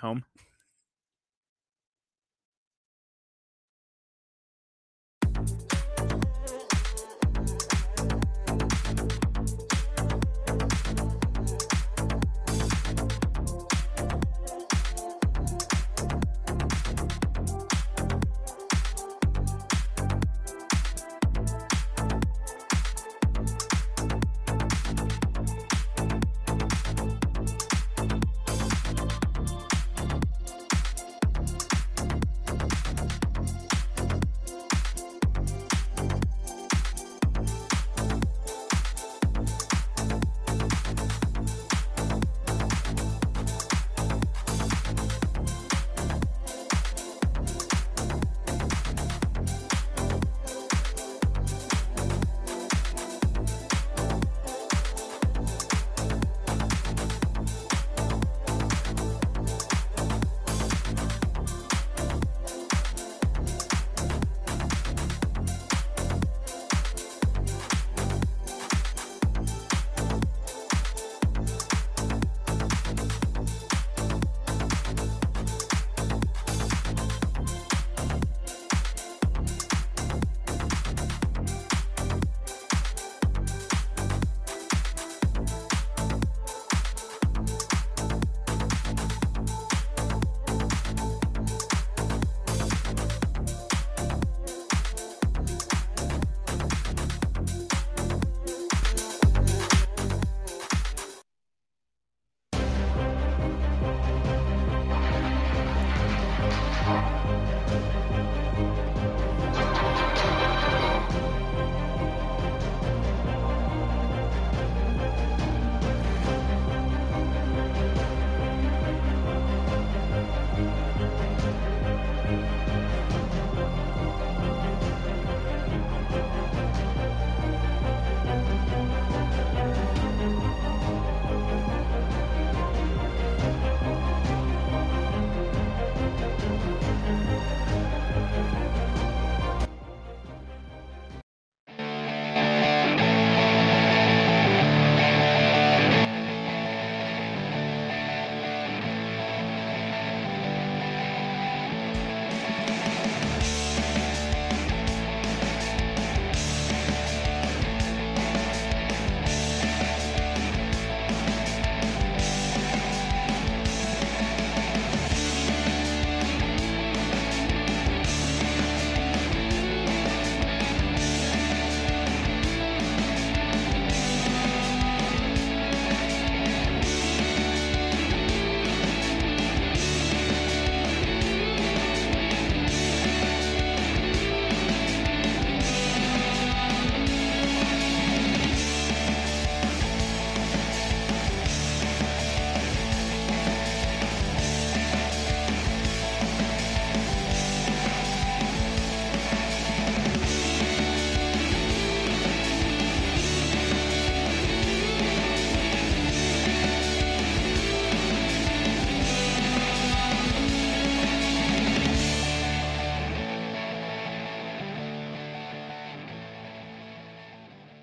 home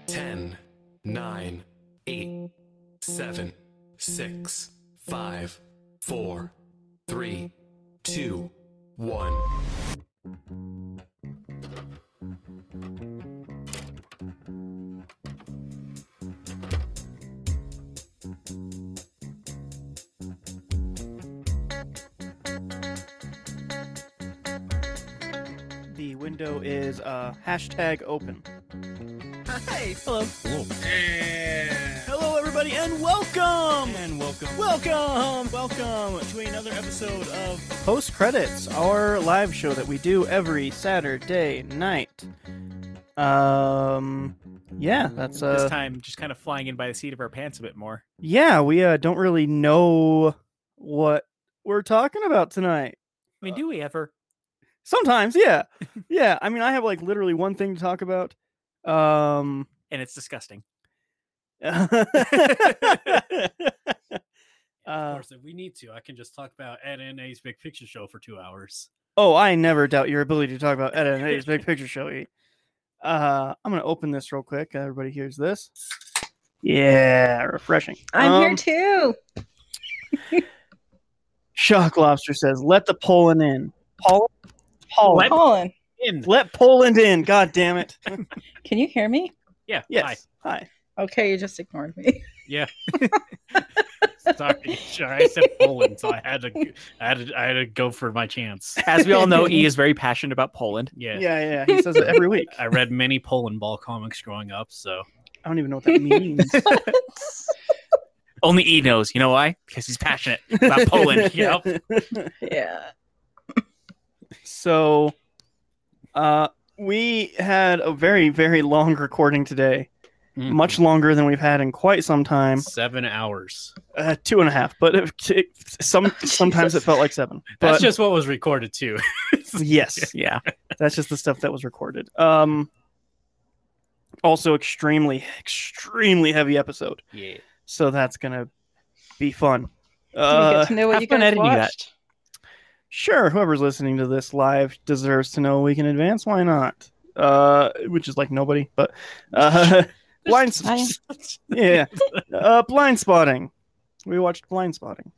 Ten, nine, eight, seven, six, five, four, three, two, one. The window is uh, hashtag open. hi Hello. Yeah. Hello, everybody, and welcome! and welcome Welcome! Welcome to another episode of Post Credits, our live show that we do every Saturday night. Um, yeah, that's uh, this time just kind of flying in by the seat of our pants a bit more yeah, we uh, don't really know what we're talking about tonight. i mean do we ever Sometimes, yeah, yeah. I mean, I have like literally one thing to talk about. Um, and it's disgusting of Uh, course, if we need to, I can just talk about Ed and A's Big Picture Show for two hours. Oh, I never doubt your ability to talk about Ed and Eddie's Big Picture Show. E. Uh, I'm gonna open this real quick. Everybody hears this. Um, Yeah, refreshing. I'm here Um, too. Shock Lobster says, "Let the Poland in." Paul, Paul, let, Let- Colin, In. Poland in. God damn it! can you hear me? Yeah. Hi. Yes. Hi. Okay, you just ignored me. Yeah. Sorry, sure. I said Poland, so I had to, I had to, I had to go for my chance. As we all know, E is very passionate about Poland. Yeah. Yeah. yeah, He says it every week. I read many Poland ball comics growing up, so I don't even know what that means. Only E knows. You know why? Because he's passionate about Poland. Yep. yeah. so, uh, we had a very, very long recording today. Much longer than we've had in quite some time. seven hours. Uh, two and a half, but it, it- some sometimes it felt like seven. But That's just what was recorded too. yes. Yeah. that's just the stuff that was recorded. Um, also extremely, extremely heavy episode. Yeah. So that's gonna be fun. Did we Uh, get to know what have you fun guys editing that. watched. sure, whoever's listening to this live deserves to know a week in advance. Why not? Uh, which is like nobody, but uh, blind, I- yeah, uh, blind spotting. We watched blind spotting.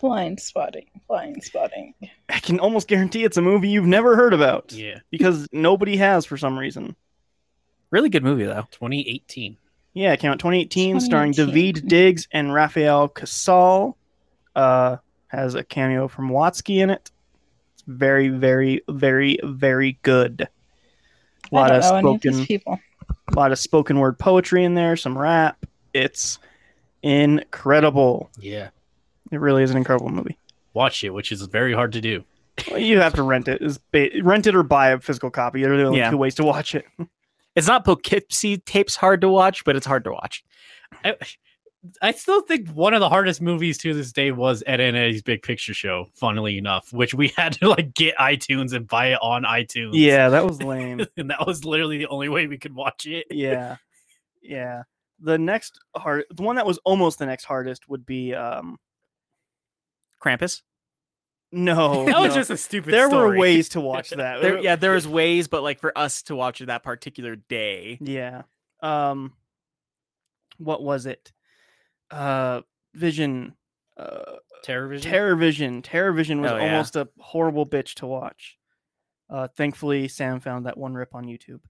Blind spotting. Blind spotting. I can almost guarantee it's a movie you've never heard about Yeah. because nobody has for some reason. Really good movie though. 2018. Yeah, it came out 2018, starring 2018. David Diggs and Raphael Casal. Uh, has a cameo from Watsky in it. It's very, very, very, very good. A I lot don't of know any of spoken, these people. a lot of spoken word poetry in there, some rap. It's incredible. Yeah. It really is an incredible movie. Watch it, which is very hard to do. Well, You have to rent it. Is ba- rent it or buy a physical copy. There are the only Yeah. two ways to watch it. It's not Poughkeepsie tapes hard to watch, but it's hard to watch. I, I still think one of the hardest movies to this day was Ed and Eddie's Big Picture Show, funnily enough, which we had to like get iTunes and buy it on iTunes. Yeah, that was lame. and that was literally the only way we could watch it. yeah yeah the next hard the one that was almost the next hardest would be um Krampus. Oh, no That was no. just a stupid there were story. ways to watch that There, yeah, there is ways, but like for us to watch it that particular day, yeah um what was it uh vision uh Terrorvision? terror vision terror vision was Oh, yeah. almost a horrible bitch to watch uh thankfully sam found that one rip on youtube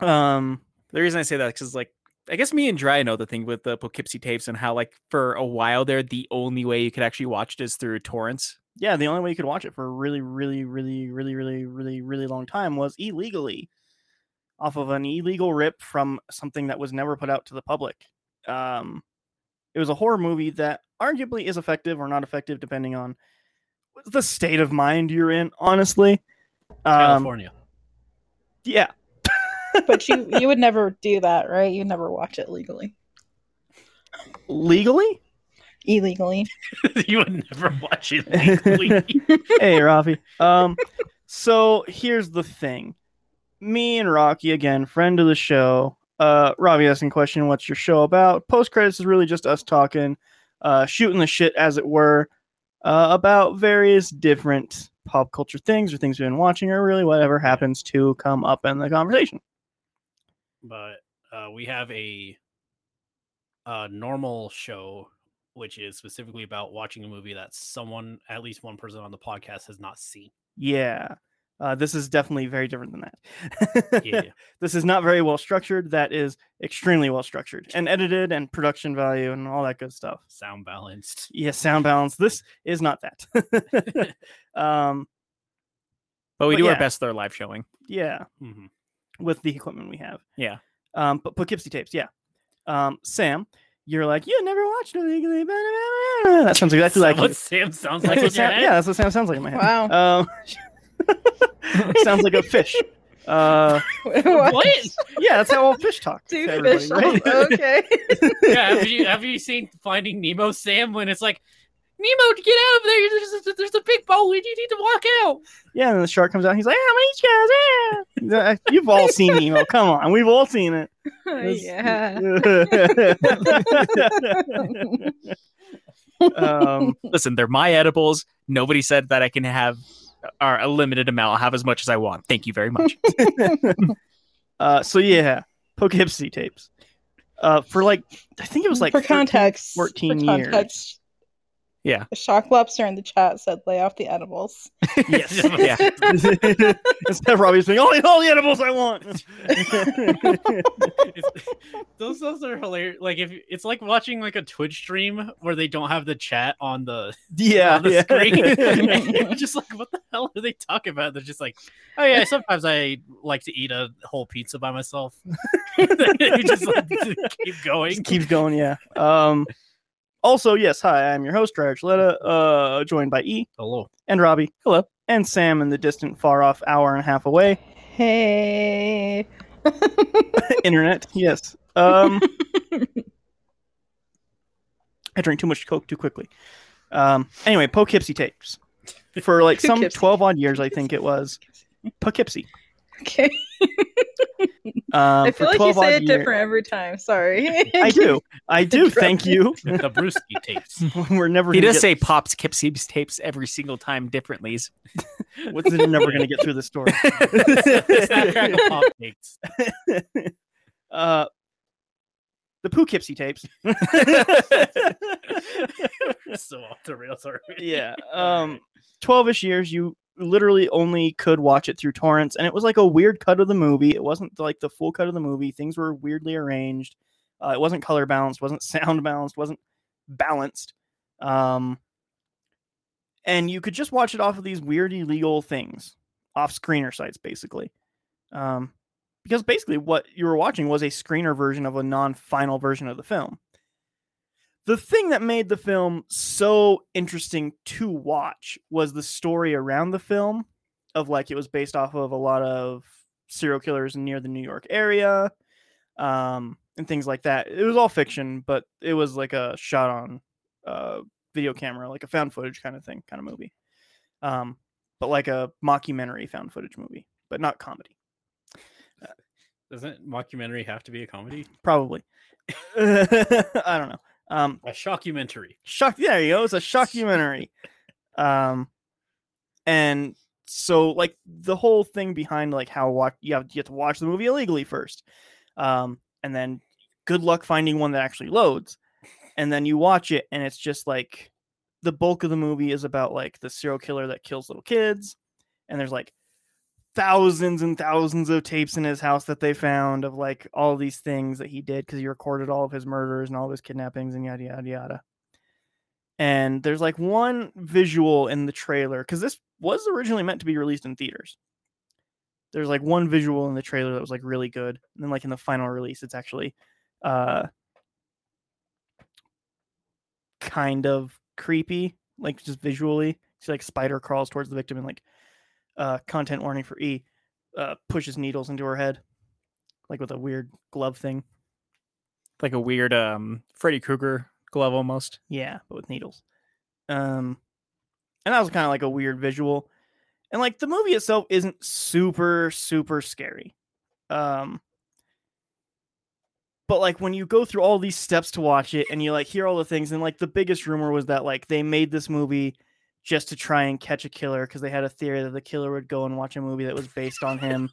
um The reason I say that because like I guess me and Dry know the thing with the Poughkeepsie tapes and how like for a while there the only way you could actually watch it is through torrents. yeah, the only way you could watch it for a really, really, really, really, really, really, really long time was illegally off of an illegal rip from something that was never put out to the public. Um, it was a horror movie that arguably is effective or not effective, depending on the state of mind you're in, honestly. Um, California. yeah, But you you would never do that, right? You never watch it legally. legally? Illegally. you would never watch it legally. hey Rafi. Um so here's the thing. Me and Rocky again, friend of the show. Uh Ravi asking question, what's your show about? Post credits is really just us talking, uh shooting the shit as it were, uh about various different pop culture things or things we've been watching or really whatever happens to come up in the conversation. but uh, we have a, uh normal show which is specifically about watching a movie that someone at least one person on the podcast has not seen Yeah. Uh, this is definitely very different than that. yeah this is not very well structured. That is extremely well structured and edited and production value and all that good stuff. sound balanced Yeah, sound balance. This is not that. um, But we But do yeah. our best with our live showing. yeah, Mhm. with the equipment we have. Yeah. Um, but Poughkeepsie tapes. Yeah. Um, Sam, you're like you never watched illegally. Blah, blah, blah, blah." That sounds exactly Is like that what it. sam sounds like That's in your what Sam, head? yeah, that's what Sam sounds like in my head. Wow. Um, sounds like a fish. Uh, what? yeah, that's how all fish talk. to Two everybody, fish. right? Okay. yeah have you, have you seen finding nemo sam when it's like nemo get out of there there's a, there's a big bowl and you need to walk out Yeah, and the shark comes out. And he's like, "Ah, my guys, ah." You've all seen Nemo. Come on, we've all seen it. This- Oh, yeah. um, Listen, they're my edibles. Nobody said that I can have or a limited amount. I'll have as much as I want. Thank you very much. uh, so yeah, Poughkeepsie tapes. Uh, for like, I think it was like for 13 context, 14 for years. context, The Shocklopster in the chat said, "Lay off the edibles." Yes. Yeah. Instead of Robbie's being only all the edibles I want. It's- those those are hilarious. Like if it's like watching like a Twitch stream where they don't have the chat on the yeah, on the yeah. screen. And you're just like what the hell are they talking about? They're just like, oh yeah, sometimes I like to eat a whole pizza by myself. you just like keep going. Just keeps going, yeah. Um, also, yes, hi, I'm your host, Dryer Gilletta, uh, joined by E Hello. and Robbie. Hello. And Sam in the distant, far off hour and a half away. Hey. Internet, yes. Um, I drink too much Coke too quickly. Um, anyway, Poughkeepsie tapes. For like some Poughkeepsie. 12 odd years, I think it was. Poughkeepsie. Okay. Um, I for feel like you 12 say odd it year- different every time. Sorry. I do. I do. Thank you. The Brewski tapes. We're never He gonna does get- say pops Kipsy's tapes every single time differently. What's we're never going to get through this story. Snap, crackle, pop tapes. uh, the Poughkeepsie tapes. so off the rails already. yeah. Um, 12 ish years, you literally only could watch it through torrents. And it was like a weird cut of the movie. It wasn't like the full cut of the movie. Things were weirdly arranged. Uh, it wasn't color balanced, wasn't sound balanced, wasn't balanced. Um, and you could just watch it off of these weird illegal things, off screener sites, basically. Um, because basically what you were watching was a screener version of a non-final version of the film. The thing that made the film so interesting to watch was the story around the film of like it was based off of a lot of serial killers near the New York area um and things like that. It was all fiction, but it was like a shot on uh video camera, like a found footage kind of thing, kind of movie. Um but like a mockumentary found footage movie, but not comedy. Doesn't mockumentary have to be a comedy? probably. I don't know. Um, A shockumentary. shock. There you go. It's a shockumentary. um, and so like the whole thing behind like how watch you have you have to watch the movie illegally first, um, and then good luck finding one that actually loads, and then you watch it and it's just like the bulk of the movie is about like the serial killer that kills little kids, and there's like thousands and thousands of tapes in his house that they found of like all these things that he did because he recorded all of his murders and all of his kidnappings and yada yada yada. And there's like one visual in the trailer because this was originally meant to be released in theaters. There's like one visual in the trailer that was like really good, and then like in the final release, it's actually uh kind of creepy, like just visually. She like spider crawls towards the victim and like uh, content warning for E, uh, pushes needles into her head, like with a weird glove thing. Like a weird um Freddy Krueger glove almost. Yeah, but with needles. Um, and that was kind of like a weird visual, and like the movie itself isn't super super scary, um. But like when you go through all these steps to watch it, and you like hear all the things, and like the biggest rumor was that like they made this movie just to try and catch a killer because they had a theory that the killer would go and watch a movie that was based on him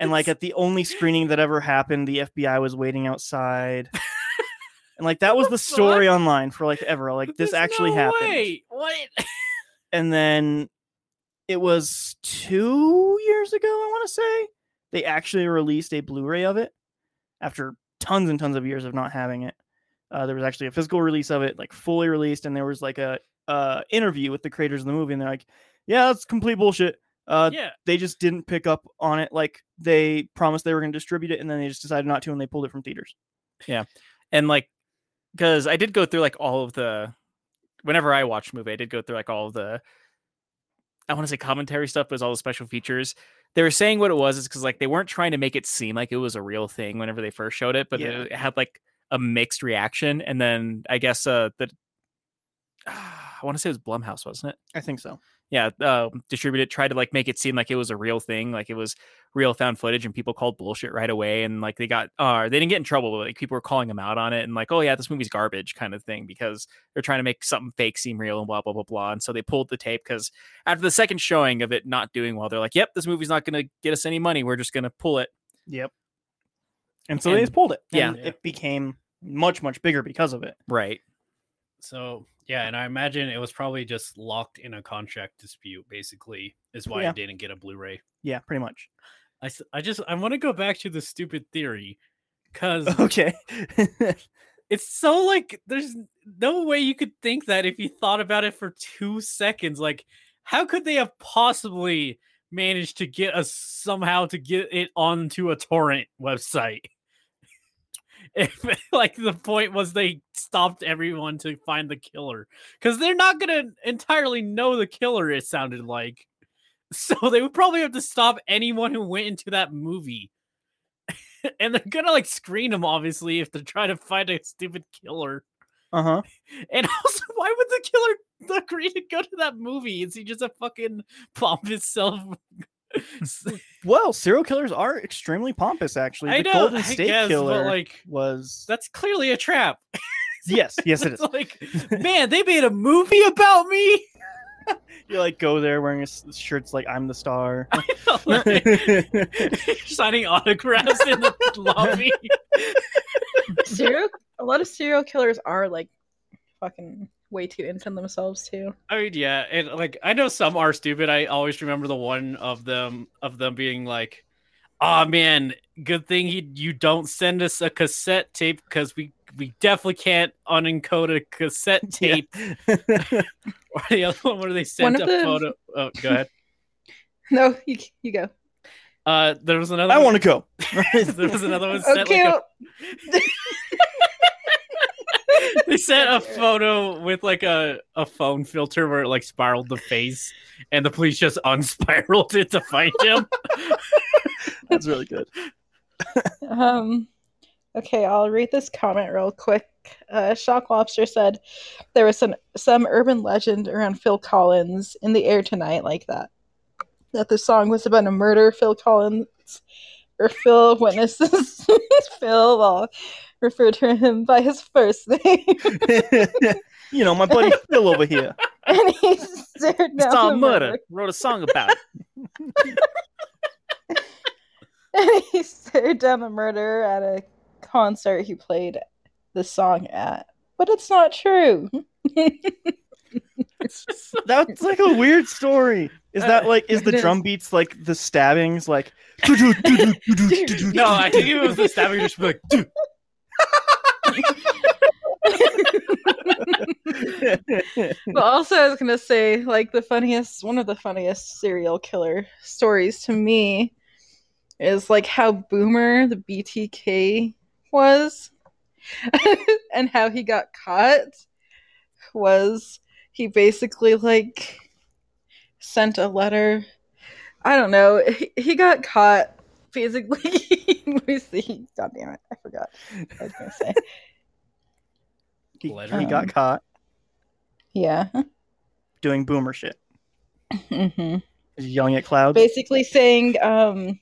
and like at the only screening that ever happened, the FBI was waiting outside. and like that was the story online for like ever. Like this actually happened. What? And then it was two years ago, I want to say. They actually released a Blu-ray of it after tons and tons of years of not having it. Uh, there was actually a physical release of it, like fully released, and there was like a uh, interview with the creators of the movie, and they're like, "Yeah, that's complete bullshit. Uh, yeah. they just didn't pick up on it like they promised they were going to distribute it and then they just decided not to and they pulled it from theaters And like because I did go through like all of the whenever I watched movie, I did go through like all of the I want to say commentary stuff, but it was all the special features. They were saying what it was is because like they weren't trying to make it seem like it was a real thing whenever they first showed it, but Yeah. it had like a mixed reaction. And then I guess uh the I want to say it was Blumhouse, wasn't it? i think so yeah uh, distribute it tried to like make it seem like it was a real thing like it was real found footage and people called bullshit right away and like they got uh they didn't get in trouble but like people were calling them out on it and like oh yeah this movie's garbage kind of thing because they're trying to make something fake seem real and blah blah blah blah and so they pulled the tape because after the second showing of it not doing well they're like yep this movie's not gonna get us any money we're just gonna pull it yep and so they just pulled it yeah. and it became much much bigger because of it right So yeah, and I imagine it was probably just locked in a contract dispute. Basically, is why Yeah. I didn't get a Blu-ray. Yeah, pretty much. I, s- I just I want to go back to the stupid theory because Okay. it's so like there's no way you could think that if you thought about it for two seconds. Like, how could they have possibly managed to get us somehow to get it onto a torrent website? If, like the point was they stopped everyone to find the killer because they're not gonna entirely know the killer. It sounded like so they would probably have to stop anyone who went into that movie and they're gonna like screen them obviously if they're trying to find a stupid killer uh huh. and also why would the killer agree to go to that movie is he just a fucking pompous self Well, serial killers are extremely pompous. Actually, the i know Golden I State guess, Killer but like was. that's clearly a trap yes, yes, it is. it's like man they made a movie about me You like go there wearing a s- shirt's like I'm the star. signing autographs in the lobby serial a lot of serial killers are like fucking way too into themselves too. I mean, yeah, and like I know some are stupid. I always remember the one of them of them being like, "Ah, man, good thing he, you don't send us a cassette tape because we we definitely can't unencode a cassette Yeah. tape." Or the other one where they sent of a the- photo. Oh, go ahead. No, you you go. Uh, there was another. I one- want to go. there was another one. Sent Okay. like a well- they sent a That's it. photo with like a, a phone filter where it like spiraled the face and the police just unspiraled it to find him. That's really good. Um, okay, I'll read this comment real quick. Uh, Shock Lobster said there was some some urban legend around Phil Collins in the air tonight, like that, that the song was about a murder. Phil Collins or Phil witnesses Phil. I'll refer to him by his first name, you know, my buddy Phil over here. and he stared down saw the murder, wrote a song about it. and he stared down the murderer at a concert he played the song at. But it's not true. That's like a weird story. Is that like Uh, is the It is. drum beats like the stabbings like No, No, I think it was the stabbing just be like, dude, but also I was gonna say, like the funniest one of the funniest serial killer stories to me is like how boomer the BTK was and how he got caught was he basically like sent a letter I don't know. He, he got caught basically let me see. God damn it, I forgot what I was gonna say. he, Letter. he got caught Yeah. doing boomer shit. hmm Yelling at clouds. basically saying um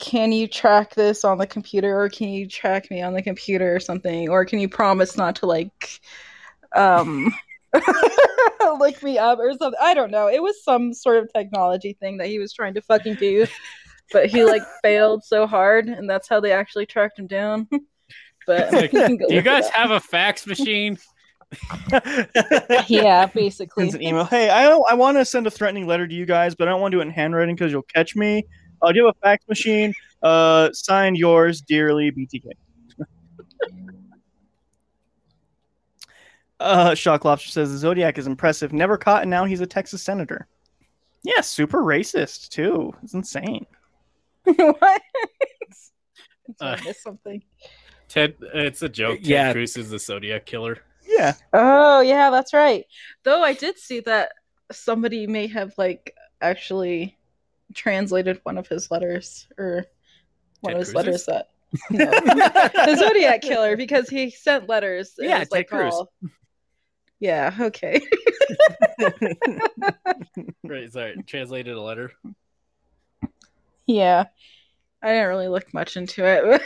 can you track this on the computer or can you track me on the computer or something or can you promise not to like um look me up or something i don't know it was some sort of technology thing that he was trying to fucking do but he like failed so hard and that's how they actually tracked him down but Like, you can go do you look it guys up. have a fax machine? yeah Sends an basically email. Hey, I don't, I want to send a threatening letter to you guys, but I don't want to do it in handwriting because you'll catch me. Uh, do you have a fax machine? Uh, signed yours dearly, BTK. uh, Shock Lobster says the Zodiac is impressive. Never caught, and now he's a Texas senator. Yeah, super racist too. It's insane. what Uh, I missed something Ted, it's a joke. Ted Yeah. Cruz is the Zodiac killer. Yeah, Oh yeah, that's right. Though I did see that somebody may have like actually translated one of his letters or one Ted of his Cruz's? letters that No. the Zodiac killer because he sent letters. and Yeah, it's Ted Cruz. all- Yeah. Okay. Right, sorry, translated a letter. yeah. I didn't really look much into it.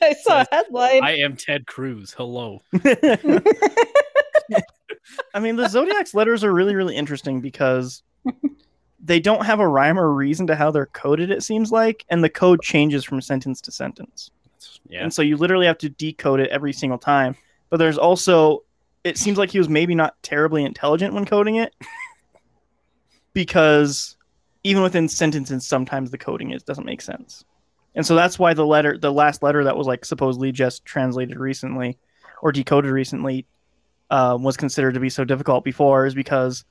I saw a headline. I am Ted Cruz. Hello. I mean, the Zodiac's letters are really, really interesting because they don't have a rhyme or reason to how they're coded, it seems like, and the code changes from sentence to sentence. Yeah. And so you literally have to decode it every single time. But there's also it seems like he was maybe not terribly intelligent when coding it because even within sentences sometimes the coding is doesn't make sense and so that's why the letter the last letter that was like supposedly just translated recently or decoded recently um, was considered to be so difficult before is because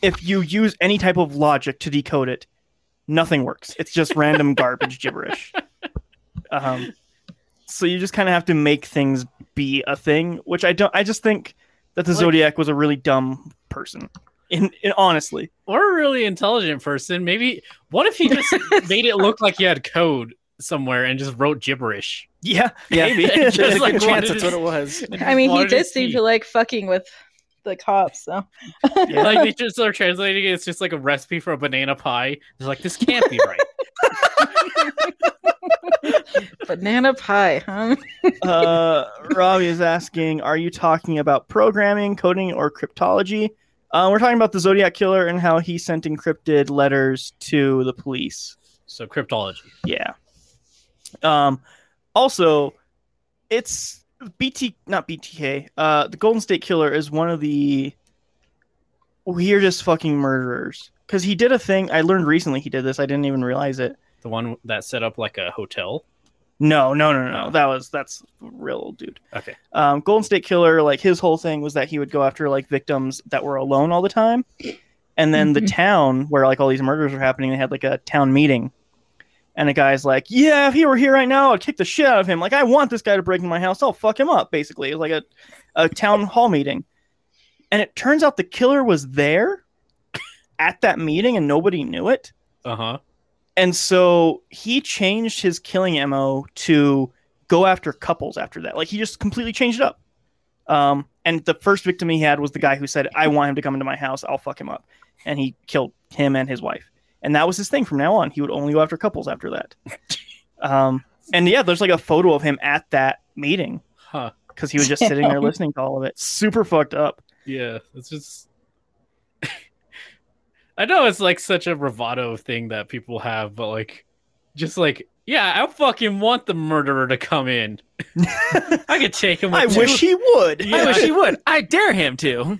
if you use any type of logic to decode it nothing works it's just random garbage gibberish um, so you just kind of have to make things be a thing which i don't i just think that the Like- zodiac was a really dumb person in, in honestly Or a really intelligent person. Maybe what if he just made it look like he had code somewhere and just wrote gibberish? yeah Yeah. maybe Just There's a like good chance wanted that's to- what it was And I mean, just he wanted to did seem see. to like fucking with the cops, so. Yeah. like they just are translating it. It's just like a recipe for a banana pie. It's like this can't be right. Banana pie, huh? uh, Robbie is asking, are you talking about programming, coding, or cryptology? Uh, we're talking about the Zodiac Killer and how he sent encrypted letters to the police. so cryptology. Yeah. Um, also, it's BT, not BTK. Uh, the Golden State Killer is one of the weirdest fucking murderers because he did a thing. I learned recently he did this. I didn't even realize it. The one that set up like a hotel. No, no, no, no. Oh. That was that's a real old dude. Okay. um, Golden State Killer, like his whole thing was that he would go after like victims that were alone all the time, and then the Mhm. town where like all these murders were happening, they had like a town meeting, and a guy's like, "Yeah, if he were here right now, I'd kick the shit out of him. Like, I want this guy to break into my house. I'll fuck him up." Basically, it was like a a town hall meeting, and it turns out the killer was there at that meeting, and nobody knew it. Uh huh. And so he changed his killing MO to go after couples after that. Like he just completely changed it up. Um, and the first victim he had was the guy who said, I want him to come into my house. I'll fuck him up. And he killed him and his wife. And that was his thing from now on. He would only go after couples after that. Um, and yeah, there's like a photo of him at that meeting Huh. because he was just sitting there listening to all of it. Super fucked up. Yeah. It's just. I know it's like such a bravado thing that people have, but like, just like, yeah, I fucking want the murderer to come in. I could take him. I with wish two- he would. Yeah. I wish he would. I dare him to.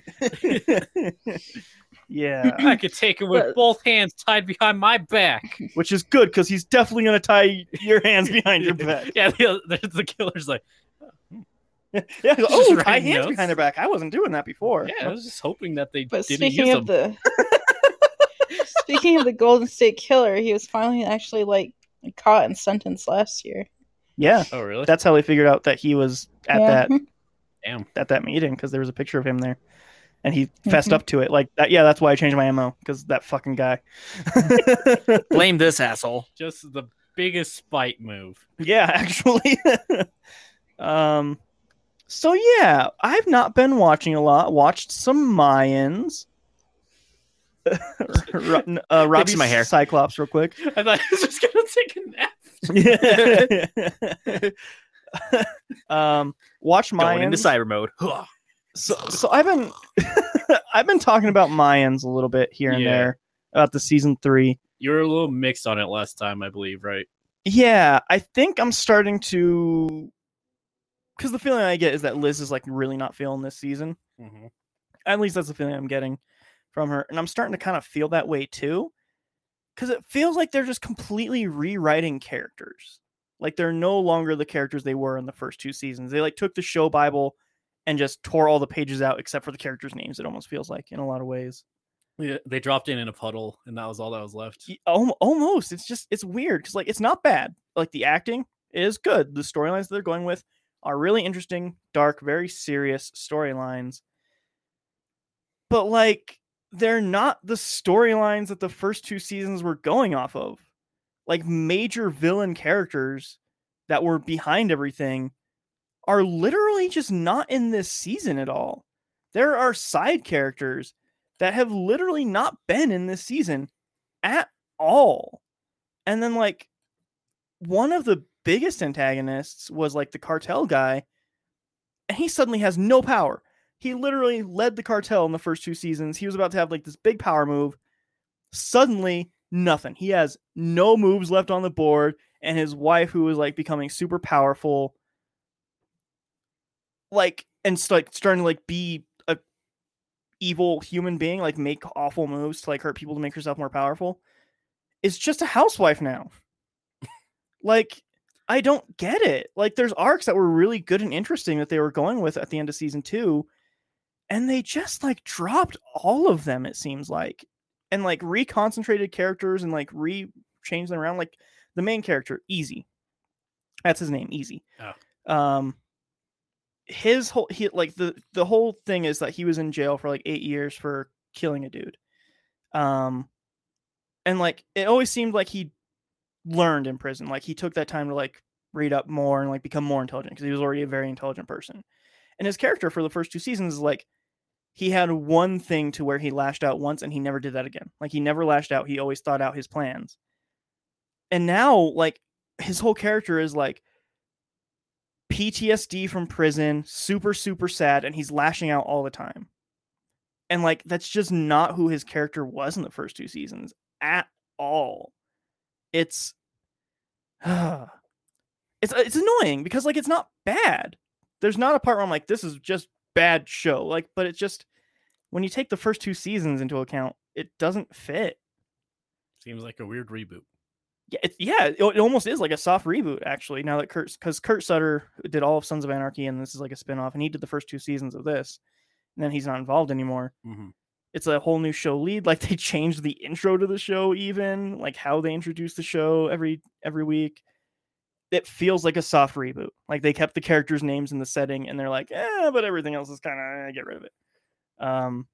Yeah. I could take him with But- both hands tied behind my back. which is good because he's definitely going to tie your hands behind your back. Yeah, the, the, the killer's like, Yeah, he's like, Just oh, writing tie hands notes. behind her back. I wasn't doing that before. yeah, I was just hoping that they But didn't speaking use of them. the speaking of the Golden State Killer, he was finally actually like caught and sentenced last year. yeah. oh, really? That's how they figured out that he was at Yeah. that Damn. at that meeting because there was a picture of him there, and he fessed Mhm. up to it. Like that. Yeah, that's why I changed my mo because that fucking guy. Blame this asshole. Just the biggest spite move. yeah, actually. um. So yeah, I've not been watching a lot. Watched some Mayans. Ro- uh, Robbie's my hair. Cyclops, real quick. I thought I was just gonna take a nap. um, watch Going into Mayans. cyber mode. Huh. so, so I've been I've been talking about Mayans a little bit here and Yeah. there about the season three. You were a little mixed on it last time, I believe, right? Yeah, I think I'm starting to because the feeling I get is that Liz is like really not feeling this season. Mm-hmm. At least that's the feeling I'm getting from her, and I'm starting to kind of feel that way too. Because it feels like they're just completely rewriting characters. Like they're no longer the characters they were in the first two seasons. They like took the show Bible and just tore all the pages out except for the characters' names. It almost feels like in a lot of ways. Yeah, they dropped in in a puddle, and that was all that was left. y- al- almost it's just it's weird because like it's not bad like the acting is good the storylines they're going with are really interesting dark very serious storylines but like they're not the storylines that the first two seasons were going off of like major villain characters that were behind everything are literally just not in this season at all there are side characters that have literally not been in this season at all. And then like one of the biggest antagonists was like the cartel guy, and he suddenly has no power. He literally led the cartel in the first two seasons. He was about to have like this big power move. Suddenly, nothing. He has no moves left on the board, and his wife, who is like becoming super powerful, like and s- like starting to like be a evil human being, like make awful moves to like hurt people to make herself more powerful, is just a housewife now. like, I don't get it. Like, there's arcs that were really good and interesting that they were going with at the end of season two, and they just like dropped all of them. It seems like, and like reconcentrated characters and like re changed them around. Like the main character, Easy, that's his name, Easy. Um, his whole he like the the whole thing is that he was in jail for like eight years for killing a dude um and like it always seemed like he learned in prison like he took that time to like read up more and like become more intelligent because he was already a very intelligent person and his character for the first two seasons is like he had one thing to where he lashed out once and he never did that again like he never lashed out he always thought out his plans and now like his whole character is like PTSD from prison, super, super sad, and he's lashing out all the time. And like, that's just not who his character was in the first two seasons at all. It's. it's, it's annoying because like it's not bad. There's not a part where I'm like, this is just bad show. Like, but it's just when you take the first two seasons into account, it doesn't fit. Seems like a weird reboot. Yeah, it, yeah, it, it almost is like a soft reboot actually. Now that Kurt's because Kurt Sutter did all of Sons of Anarchy, and this is like a spin-off, and he did the first two seasons of this, and then he's not involved anymore. Mhm. It's a whole new show lead. Like they changed the intro to the show, even like how they introduce the show every every week. It feels like a soft reboot. Like they kept the characters' names in the setting, and they're like, eh, but everything else is kind of eh, get rid of it. Um,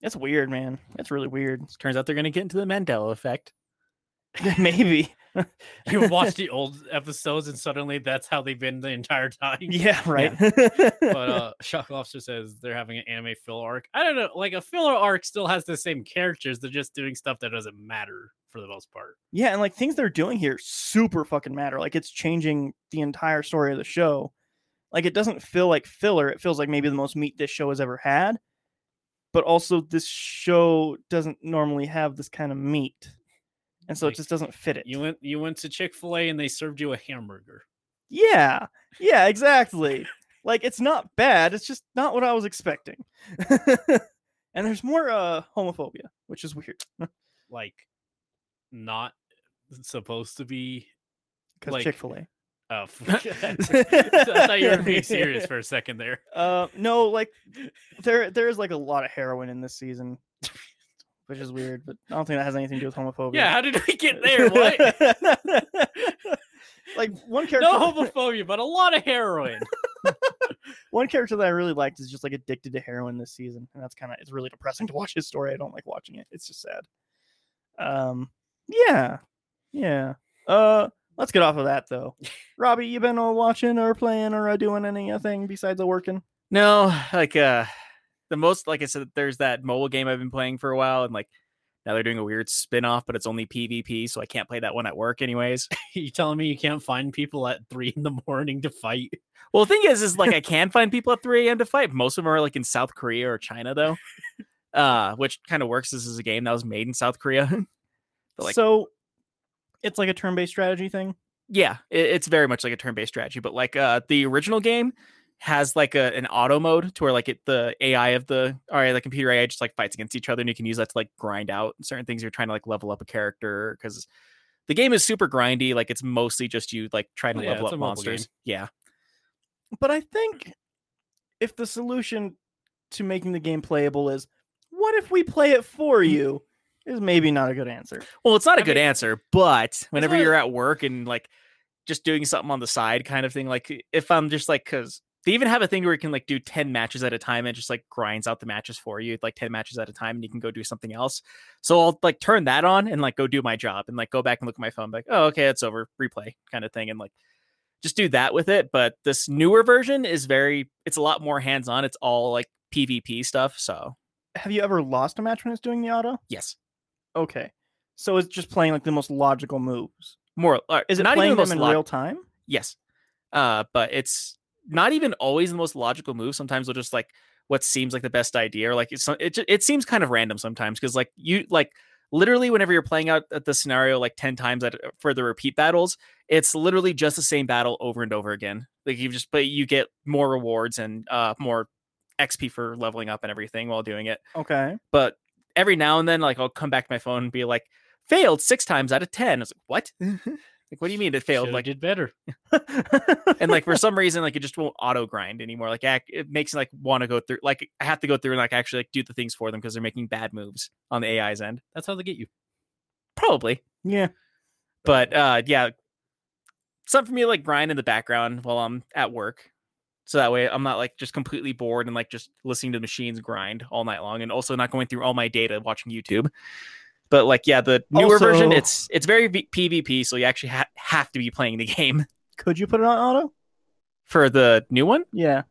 it's weird, man. It's really weird. Turns out they're going to get into the Mandela effect. Maybe. You watch the old episodes and suddenly that's how they've been the entire time. Yeah, right. But uh Shock Lobster says they're having an anime filler arc. I don't know, like a filler arc still has the same characters, they're just doing stuff that doesn't matter for the most part. Yeah, and like things they're doing here super fucking matter. Like it's changing the entire story of the show. Like it doesn't feel like filler. It feels like maybe the most meat this show has ever had. But also this show doesn't normally have this kind of meat. And so it Like, just doesn't fit it. You went you went to Chick-fil-A and they served you a hamburger. yeah. Yeah, exactly. like it's not bad. It's just not what I was expecting. and there's more uh homophobia, which is weird. Like not supposed to be Because Like- Chick-fil-A. uh I thought you were being serious for a second there. Uh, no, like there there is like a lot of heroin in this season, which is weird, but I don't think that has anything to do with homophobia. Yeah, how did we get there? What? like one character, no homophobia, but a lot of heroin. one character that I really liked is just like addicted to heroin this season, and that's kind of it's really depressing to watch his story. I don't like watching it; it's just sad. Um, yeah, yeah. Uh, let's get off of that though. Robbie, you been uh, watching or playing or uh, doing anything besides uh, working? No, like uh the most like I said, there's that mobile game I've been playing for a while, and like now they're doing a weird spin-off, but it's only PvP, so I can't play that one at work anyways. you telling me you can't find people at three in the morning to fight? Well the thing is is like I can find people at 3 a.m. to fight. Most of them are like in South Korea or China though. Uh which kind of works. This is a game that was made in South Korea. But, like- so, it's like a turn-based strategy thing. yeah it, it's very much like a turn-based strategy but like uh the original game has like a, an auto mode to where like it, the ai of the all right the computer ai just like fights against each other and you can use that to like grind out certain things you're trying to like level up a character because the game is super grindy like it's mostly just you like trying to Oh, yeah, level it's a up mobile game. monsters yeah but I think if the solution to making the game playable is what if we play it for Mm-hmm. you is maybe not a good answer. well it's not a I good mean, answer but whenever not- you're at work and like just doing something on the side kind of thing like if i'm just like because they even have a thing where you can like do 10 matches at a time and it just like grinds out the matches for you like 10 matches at a time and you can go do something else so i'll like turn that on and like go do my job and like go back and look at my phone like oh okay it's over replay kind of thing and like just do that with it but this newer version is very it's a lot more hands-on it's all like pvp stuff so Have you ever lost a match when it's doing the auto? yes Okay. So it's just playing like the most logical moves. more uh, Is it not playing even the them most in log- real time? Yes. Uh, but it's not even always the most logical move. Sometimes they'll just like what seems like the best idea, or like it's it ju- it seems kind of random sometimes because like you like literally whenever you're playing out at the uh, scenario like ten times at, for the repeat battles, it's literally just the same battle over and over again. Like you just, but you get more rewards and uh more XP for leveling up and everything while doing it. Okay. But every now and then, like I'll come back to my phone and be like, failed six times out of ten. I was like, what? like, what do you mean it failed? Should've Like, did better. and like for some reason, like it just won't auto grind anymore. Like ac- it makes like want to go through. Like I have to go through and like actually like do the things for them because they're making bad moves on the AI's end. That's how they get you. Probably, Yeah. but uh, yeah, something for me to, like grind in the background while I'm at work. So that way I'm not like just completely bored and like just listening to the machines grind all night long and also not going through all my data watching YouTube. But like yeah, the newer version Also- it's it's very v- PvP, so you actually ha- have to be playing the game Could you put it on auto? for the new one. Yeah.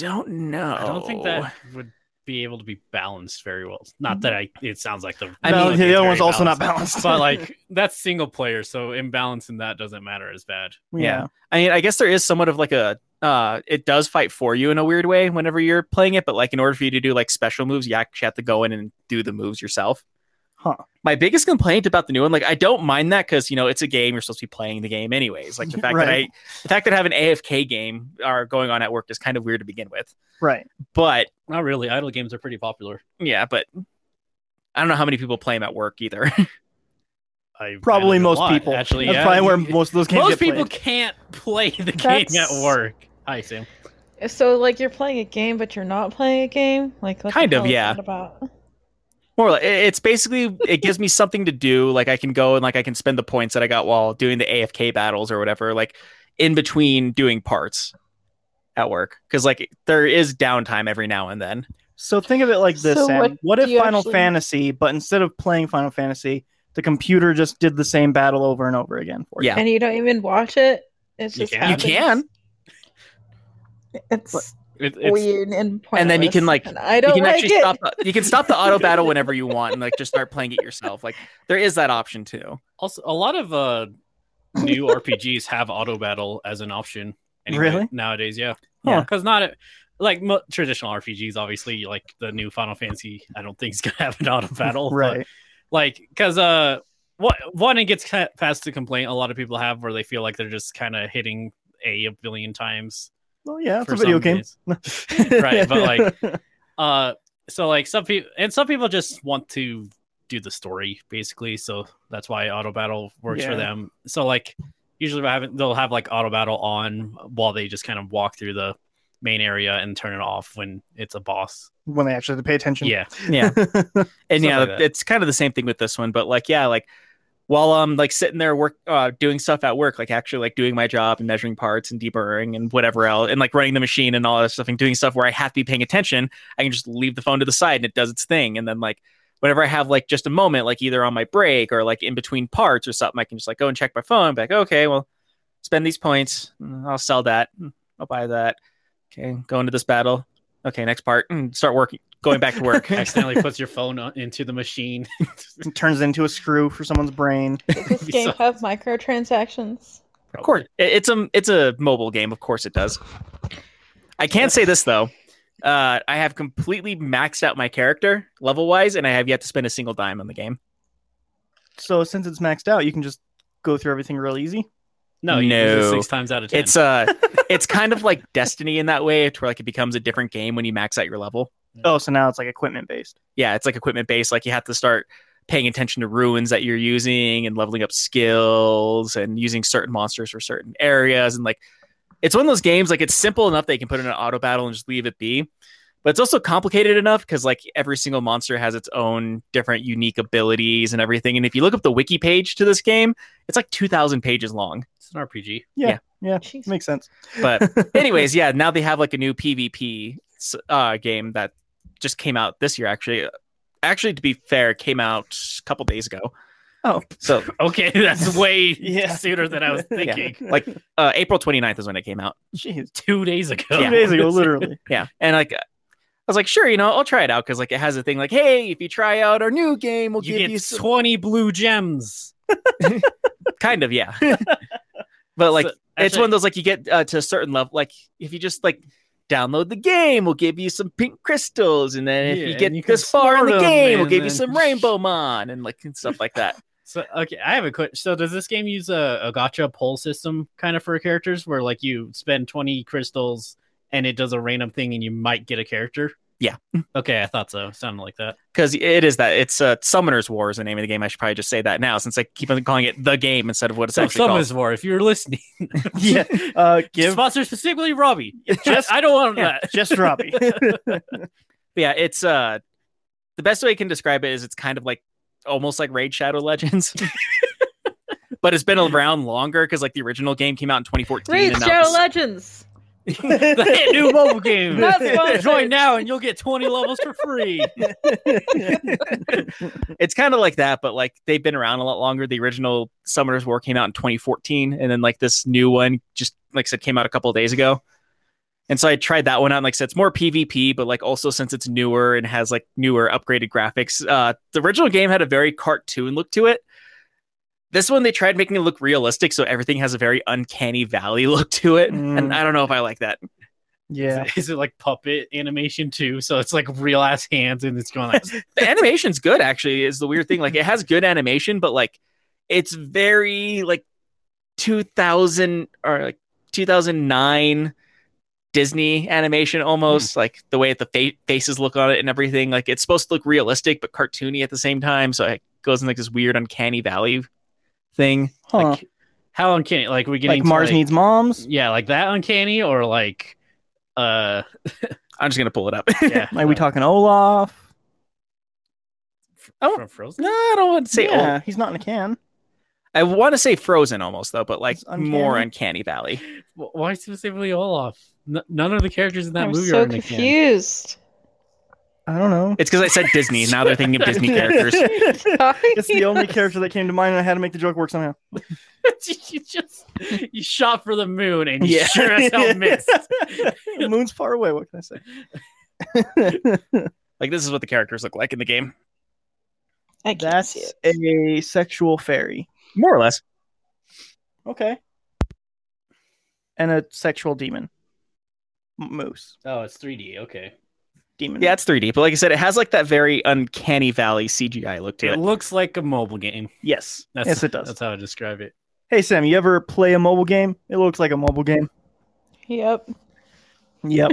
Don't know. I don't think that Oh. would be able to be balanced very well. Not that I. It sounds like the. I no, mean, the it's other very one's also not balanced. balanced. but like that's single player, so imbalance in that doesn't matter as bad. yeah. I mean, I guess there is somewhat of like a uh it does fight for you in a weird way whenever you're playing it, but like in order for you to do like special moves, you actually have to go in and do the moves yourself. Huh. My biggest complaint about the new one, like I don't mind that because you know it's a game, you're supposed to be playing the game anyways. Like the fact that I Right. the fact that I have an AFK game are going on at work is kind of weird to begin with. Right. But Not really. Idle games are pretty popular. yeah, but I don't know how many people play them at work either. I Probably imagine a most lot, people. Actually, That's yeah. probably where most of those games most get people played. can't play the game at That's- work. Hi, Sam. So like you're playing a game, but you're not playing a game. Like what the Kind of, hell is yeah. that about More like it- it's basically it gives me something to do. Like I can go and like I can spend the points that I got while doing the AFK battles or whatever, like in between doing parts at work. Because like there is downtime every now and then. So think of it like this, So Sam. what What, do if you Final actually- Fantasy, but instead of playing Final Fantasy, the computer just did the same battle over and over again for you? Yeah. and you don't even watch it. It's You just can. You can. happens. It's It, it's, weird and pointless. And then you can, like- and I don't you can like it. stop the, you can stop the auto battle whenever you want and like just start playing it yourself. Like there is that option too. also a lot of uh new RPGs have auto battle as an option. Anyway, Really? Nowadays, yeah. Huh. Because not a- like mo- traditional RPGs, obviously, like the new Final Fantasy, I don't think is gonna have an auto battle. but, Right. like, because uh, what one it gets ca- past the complaint a lot of people have where they feel like they're just kind of hitting a a billion times. Well, yeah, it's for a video some game. days. Right, but, like- Uh, so like some people and some people just want to do the story basically so that's why auto battle works Yeah. for them so like usually what happen- they'll have like auto battle on while they just kind of walk through the main area and turn it off when it's a boss when they actually have to pay attention. yeah Yeah. and Stuff yeah, like that. it's kind of the same thing with this one, but like yeah, like while I'm like sitting there work uh, doing stuff at work, like actually like doing my job and measuring parts and deburring and whatever else, and like running the machine and all that stuff and doing stuff where I have to be paying attention, I can just leave the phone to the side and it does its thing, and then like. Whenever I have like just a moment, like either on my break or like in between parts or something, I can just like go and check my phone. Be like, okay, well, spend these points. Mm, I'll sell that. Mm, I'll buy that. Okay, go into this battle. Okay, next part. Mm, Start working. Going back to work. accidentally puts your phone on- into the machine It turns into a screw for someone's brain. Does this game have microtransactions? Of course, I- it's a it's a mobile game. Of course, it does. I can say this though, uh, I have completely maxed out my character level wise, and I have yet to spend a single dime on the game. So since it's maxed out, you can just go through everything real easy. no you use No. it six times out of ten It's uh, it's kind of like Destiny in that way, to where like it becomes a different game when you max out your level. Oh, so now it's like equipment based. Yeah, it's like equipment based. Like you have to start paying attention to ruins that you're using and leveling up skills and using certain monsters for certain areas and like it's one of those games like it's simple enough they can put in an auto battle and just leave it be but it's also complicated enough because like every single monster has its own different unique abilities and everything and if you look up the wiki page to this game it's like 2000 pages long it's an rpg Jeez. Makes sense. but anyways yeah now they have like a new pvp s- uh, game that just came out this year actually actually to be fair it came out a couple days ago Oh. so okay that's way Yeah. sooner than i was Yeah. thinking like uh, april 29th is when it came out Jeez, two days ago two days ago, literally. yeah and like i was like sure you know i'll try it out because like it has a thing like hey if you try out our new game we'll you give get you some 20 blue gems kind of yeah but like it's So, one actually- of those like you get uh, to a certain level like if you just like download the game we'll give you some pink crystals and then if Yeah, you and get you can this far in snort the 'em game we'll and give you then- some rainbow mon and like and stuff like that So okay, I have a question. So does this game use a, a gotcha pull system kind of for characters where like you spend 20 crystals and it does a random thing and you might get a character? Yeah. Okay, I thought so. Sounded like that. because it is that it's uh, Summoner's War is the name of the game. I should probably just say that now since I keep on calling it the game instead of what it's So actually called. Summon's War, if you're listening, yeah. Uh, give sponsor specifically Robbie. just I don't want Yeah. that. just Robbie. But yeah, it's uh the best way I can describe it is it's kind of like almost like Raid Shadow Legends. but it's been around longer because like the original game came out in 2014. Raid and now Shadow this- Legends. the hit new mobile game. Not sponsored. Join now and you'll get 20 levels for free. it's kind of like that, but like they've been around a lot longer. The original Summoner's War came out in 2014, and then like this new one just like I said came out a couple of days ago. And so I tried that one out. And like I said, it's more PvP, but like also since it's newer and has like newer upgraded graphics, uh, the original game had a very cartoon look to it. This one they tried making it look realistic, so everything has a very uncanny valley look to it. Mm. And I don't know if I like that. yeah. Is, it, is it like puppet animation too? So it's like real ass hands and it's going like the animation's good actually is the weird thing like it has good animation but like it's very like 2000 or like 2009 disney animation almost Hmm. like the way that the fa- faces look on it and everything like it's supposed to look realistic but cartoony at the same time so it goes in like this weird uncanny valley thing Huh. Like, like how uncanny like we getting to, Mars needs moms. yeah like that uncanny or like uh i'm just gonna pull it up yeah uh, Like we talking Olaf? oh from Frozen no i don't want to say yeah, old. he's not in a can. i want to say frozen almost though but like It's uncanny. more uncanny valley Wh- why specifically Olaf N- none of the characters in that I'm movie so are in the can. confused. I don't know. it's because i said disney now they're thinking of disney characters it's the only character that came to mind, and I had to make the joke work somehow. you just you shot for the moon and you Yeah. sure as hell missed The moon's far away. What can I say? like this is what the characters look like in the game I can't see That's it. a sexual fairy. more or less Okay. And a sexual demon. M- Moose. oh it's 3D okay Demon. yeah it's 3d but like i said it has like that very uncanny valley cgi look to it it looks like a mobile game Yes. that's, yes, it does. that's how I describe it Hey, Sam, you ever play a mobile game? It looks like a mobile game. Yep. Yep.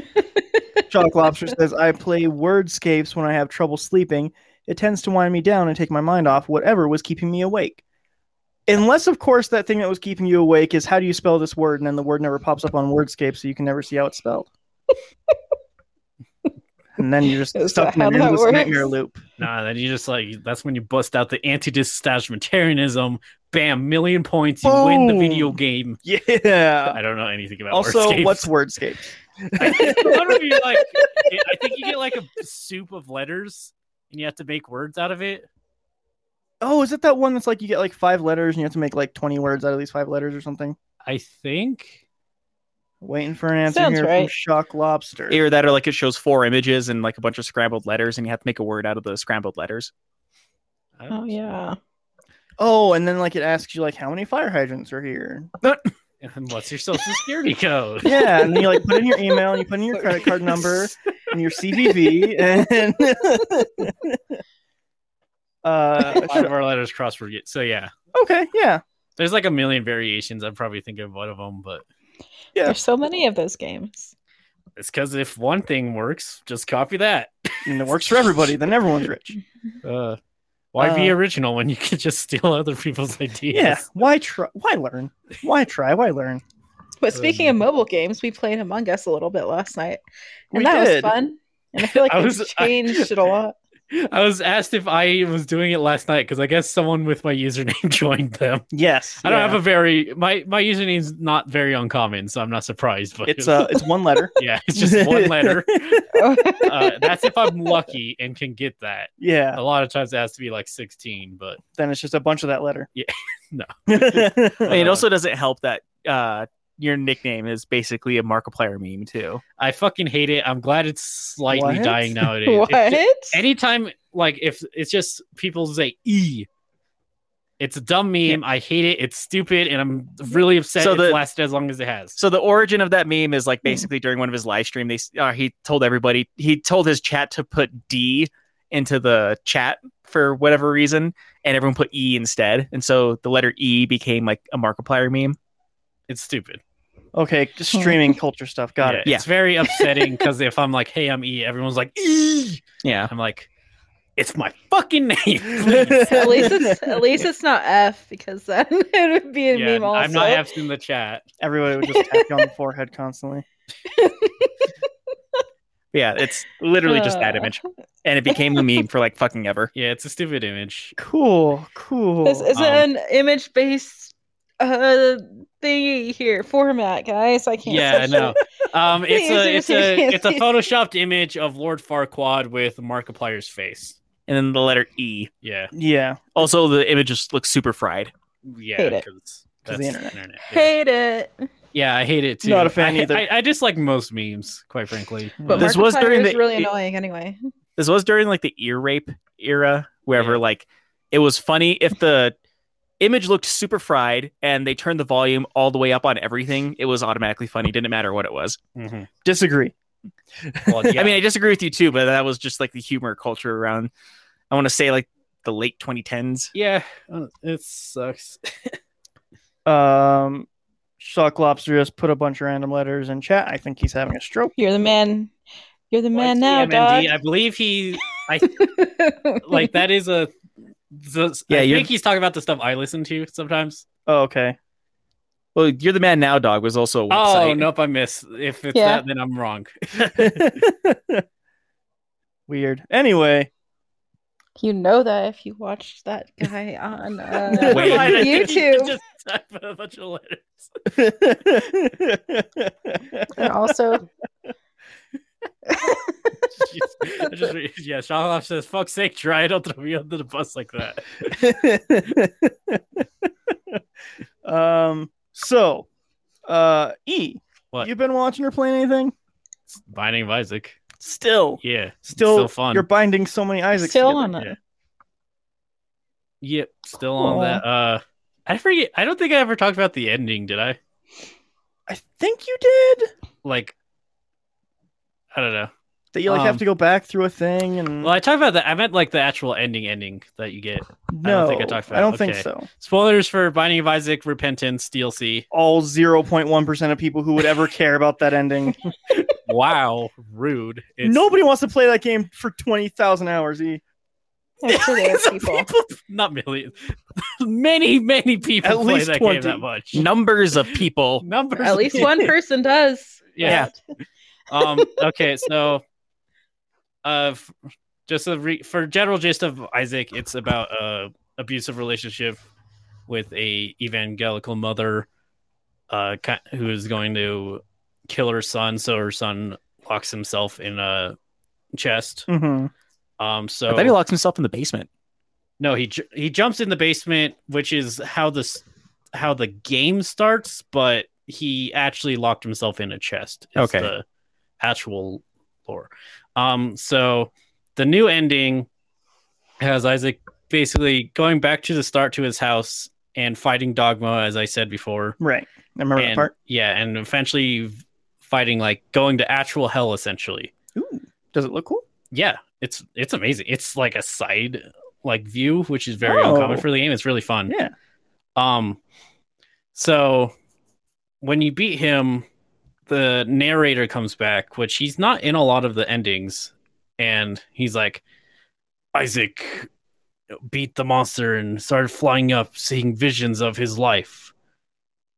Chalk Lobster says, I play wordscapes when I have trouble sleeping. It tends to wind me down and take my mind off whatever was keeping me awake. Unless, of course, that thing that was keeping you awake is how do you spell this word? And then the word never pops up on Wordscape, so you can never see how it's spelled. and then you're just Is stuck that in an how that endless works? nightmare loop. nah then you just like that's when you bust out the anti-disestablishmentarianism bam million points you win the Boom. video game Yeah. I don't know anything about Also, Wordscape. what's Wordscape? The one where you, like, I think you get like a soup of letters and you have to make words out of it. Oh, is it that one that's like you get like five letters and you have to make like 20 words out of these five letters or something? I think. Waiting for an answer Sounds here from right. Shock Lobster. either that or like it shows four images and like a bunch of scrambled letters and you have to make a word out of the scrambled letters I Oh don't- yeah. Oh, and then like it asks you like how many fire hydrants are here. And what's your social security code? Yeah, and then you like put in your email and you put in your credit card number and your CVV and uh Five of our letters crossword. get- So yeah, okay, yeah. there's like a million variations. I'm probably thinking of one of them, but Yeah. There's so many of those games. it's because if one thing works, just copy that. And it works for everybody, then everyone's rich. Uh, why be Uh, original when you can just steal other people's ideas? Yeah. Why try why learn? Why try? Why learn? But speaking of mobile games, we played Among Us a little bit last night, and We that did. was fun. And I feel like I it was- I- changed it a lot. I was asked if I was doing it last night because I guess someone with my username joined them. Yes. I don't have a very my my username's not very uncommon, so I'm not surprised. But it's uh it's one letter. yeah, it's just one letter. Oh. Uh, that's if I'm lucky and can get that. Yeah. A lot of times it has to be like 16, but Then it's just a bunch of that letter. Yeah. No. and it Uh, also doesn't help that uh your nickname is basically a markiplier meme too I fucking hate it. I'm glad it's slightly What? dying nowadays. It's what? ju- anytime like if it's just people say e. It's a dumb meme. I hate it. It's stupid, and I'm really upset. So it's the- lasted as long as it has. so the origin of that meme is like basically during one of his live stream they s- uh, he told everybody he told his chat to put d into the chat for whatever reason, and everyone put E instead, and so the letter E became like a Markiplier meme. It's stupid. Okay, streaming culture stuff. Got yeah, it. Yeah. It's very upsetting because if I'm like, hey, I'm E, everyone's like, E. Yeah, I'm like, it's my fucking name. please." at least it's at least it's not F because then it would be a yeah, meme also. I'm not F's in the chat. Everybody would just tap you on the forehead constantly. yeah, it's literally just that Uh. image, and it became a meme for like fucking ever. Yeah, it's a stupid image. Cool, cool. This is an image based uh thingy here format, guys. I can't. Yeah, I know. Um, it's a it's a it's a Seriously. photoshopped image of Lord Farquaad with Markiplier's face. And then the letter E. Yeah, yeah, Also, the image just looks super fried. yeah. Hate it. 'cause the That's internet. yeah. Hate it. Yeah, I hate it too. Not a fan I, either. I, I dislike most memes, quite frankly. But This this was was during the- really annoying anyway. this was during like the ear rape era wherever Yeah. like it was funny if the image looked super fried and they turned the volume all the way up on everything it was automatically funny didn't matter what it was Mhm. disagree. Well, yeah. i mean i disagree with you too but that was just like the humor culture around i want to say like the late 2010s yeah, uh, it sucks. Um, Cyclops just put a bunch of random letters in chat. I think he's having a stroke. You're the man. You're the man now, dog. CMMD, I believe he like that is a. The, Yeah, I you're- think he's talking about the stuff I listen to sometimes. Oh, okay. well you're the man now dog was also a website Oh nope, I miss. If it's Yeah. that, then I'm wrong. Weird. Anyway, you know that if you watch that guy on uh, Never Wait. mind, I think he YouTube. Just type a bunch of letters. and also I just re- yeah, Shaloff says, "Fuck's sake, try it! Don't throw me under the bus like that." um. So, uh, E, What? you've been watching or playing anything? Binding of Isaac. Still, Yeah. still, Still fun. You're binding so many Isaacs. still together. on it. Yeah. Yep. Still on Aw. that. Uh, I forget. I don't think I ever talked about the ending, did I? I think you did. Like, I don't know. That you like have Um, to go back through a thing and Well, I talked about that. I meant like the actual ending, ending that you get. no, think I talked about I it. don't think Okay. so. Spoilers for Binding of Isaac, Repentance, DLC. All zero point one percent of people who would ever care about that ending. Wow, rude. It's Nobody wants to play that game for twenty thousand hours. E. I'm sure there are people. not millions. many, many people At play least that 20. game that much. numbers of people Numbers. At of least people. one person does. Yeah. um okay so uh f- just a re- for general gist of isaac it's about a abusive relationship with a evangelical mother uh ki- who is going to kill her son so her son locks himself in a chest Mm-hmm. um so but then he locks himself in the basement no, he ju- he jumps in the basement, which is how this how the game starts. But he actually locked himself in a chest. is Okay. the actual lore. Um, so the new ending has Isaac basically going back to the start to his house and fighting Dogma, as I said before. Right. I remember that And- part. Yeah, and eventually fighting like going to actual hell, essentially Ooh, does it look cool? yeah, it's it's amazing. It's like a side like view, which is very Oh. uncommon for the game. It's really fun. Yeah. Um so when you beat him, the narrator comes back, which he's not in a lot of the endings, and he's like, Isaac beat the monster and started flying up, seeing visions of his life.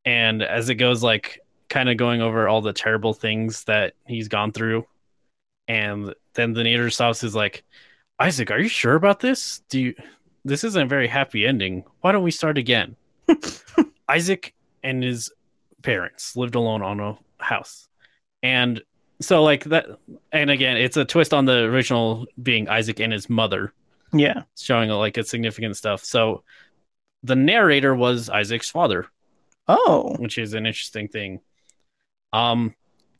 And as it goes, like kind of going over all the terrible things that he's gone through. And then the narrator stops is like, Isaac, are you sure about this? Do you this isn't a very happy ending. Why don't we start again? Isaac and his parents lived alone on a house. And so like that and again, it's a twist on the original being Isaac and his mother Yeah. showing like its significant stuff. So the narrator was Isaac's father, Oh. which is an interesting thing. Um,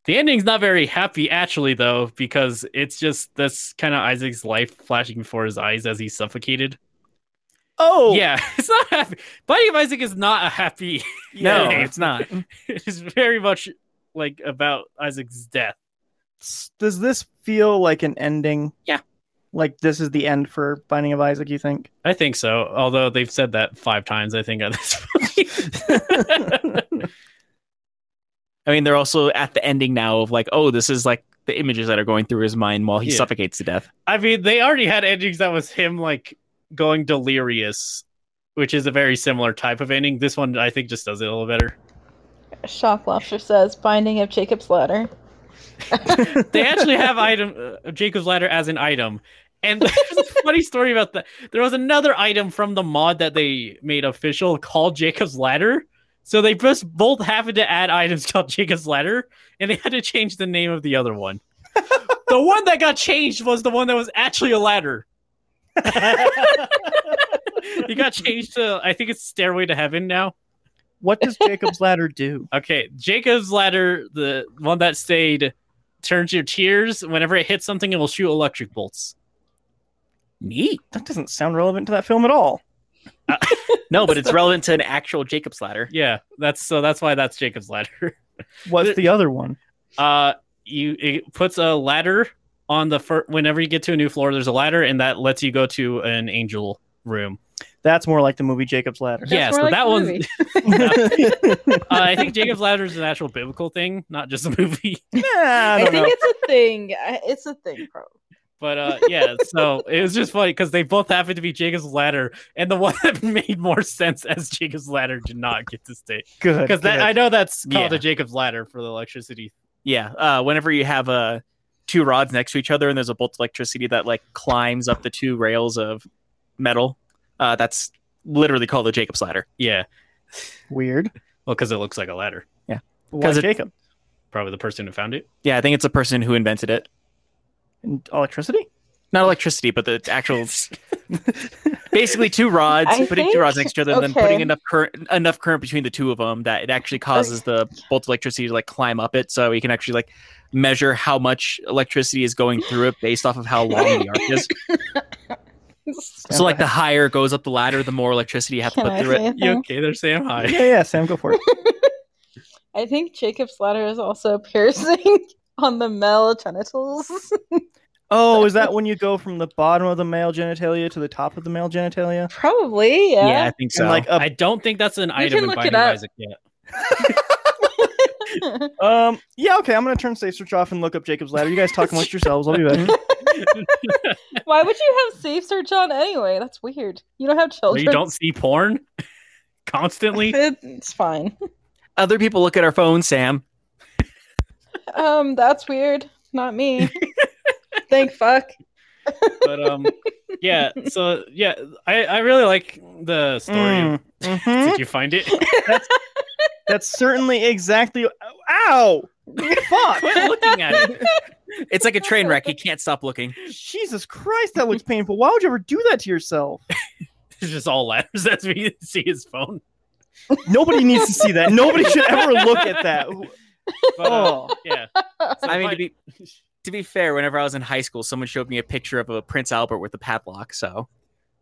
the ending's not very happy actually, though, because it's just that's kind of Isaac's life flashing before his eyes as he's suffocated. Oh. Yeah, it's not happy. Body of Isaac is not a happy. no Yeah. it's not it's very much like about Isaac's death. S- Does this feel like an ending? Yeah. Like this is the end for Binding of Isaac, you think? I think so. Although they've said that five times, I think at this point. I mean, they're also at the ending now of like, oh, this is like the images that are going through his mind while he Yeah. suffocates to death. I mean, they already had endings that was him like going delirious, which is a very similar type of ending. This one, I think, just does it a little better. Shock Lobster says, Binding of Jacob's Ladder. They actually have item uh, Jacob's ladder as an item, and there's a funny story about that. There was another item from the mod that they made official called Jacob's ladder. So they just both happened to add items called Jacob's ladder, and they had to change the name of the other one. the one that got changed was the one that was actually a ladder. it got changed to I think it's Stairway to Heaven now. What does Jacob's Ladder do? Okay, Jacob's ladder, the one that stayed, turns your tears. Whenever it hits something, it will shoot electric bolts. Neat. That doesn't sound relevant to that film at all. No, but it's relevant to an actual Jacob's ladder. Yeah, that's so. That's why that's Jacob's ladder. What's There- the other one? Uh, you it puts a ladder on the fir- whenever you get to a new floor. There's a ladder, and that lets you go to an angel room. That's more like the movie Jacob's Ladder. Yeah, more so like that the one's- movie. Uh, I think Jacob's ladder is an actual biblical thing, not just a movie. I I, don't think know. it's a thing. I- It's a thing, bro. But uh, yeah, so it was just funny because they both happened to be Jacob's ladder, and the one that made more sense as Jacob's ladder did not get to stay. Good. because that good. I know that's called Yeah. a Jacob's ladder for the electricity. Yeah. Uh, whenever you have uh, two rods next to each other and there's a bolt of electricity that like climbs up the two rails of metal, uh, that's literally called the Jacob's ladder. Yeah, Weird. well, because it looks like a ladder. Why 'Cause it- Jacob? Probably the person who found it. Yeah, I think it's the person who invented it. And electricity? Not electricity, but the actual. basically, two rods, I putting two think- rods next to each other, and then okay. putting enough current enough current between the two of them that it actually causes the bolt of electricity to like climb up it, so we can actually like measure how much electricity is going through it based off of how long the arc is. So, like the higher it goes up the ladder, the more electricity you have to Can put I through it. say a You thing? okay there, Sam? Hi. Yeah, yeah, Sam, go for it. I think Jacob's ladder is also a piercing on the male genitals. Oh, is that when you go from the bottom of the male genitalia to the top of the male genitalia? Probably, yeah. Yeah, I think so. And like I up, don't think that's an can item in look it Binding of up. Isaac yet. um, yeah, okay. I'm gonna turn safe search off and look up Jacob's ladder. You guys talk amongst yourselves. I'll be back. Why would you have safe search on anyway? That's weird. You don't have Where children. you don't see porn constantly. It's fine. Other people look at our phone, Sam. Um, that's weird. Not me. Thank fuck. But um, yeah. So yeah, I I really like the story. Mm, Hmm. mhm. Did you find it? That's certainly exactly. Ow! Fuck! Quit looking at it. It's like a train wreck. You can't stop looking. Jesus Christ, that looks painful. Why would you ever do that to yourself? It's just all letters. That's me see his phone. Nobody needs to see that. Nobody should ever look at that. But, uh, Oh, yeah. I mean, to be to be fair, whenever I was in high school, someone showed me a picture of a Prince Albert with a padlock. So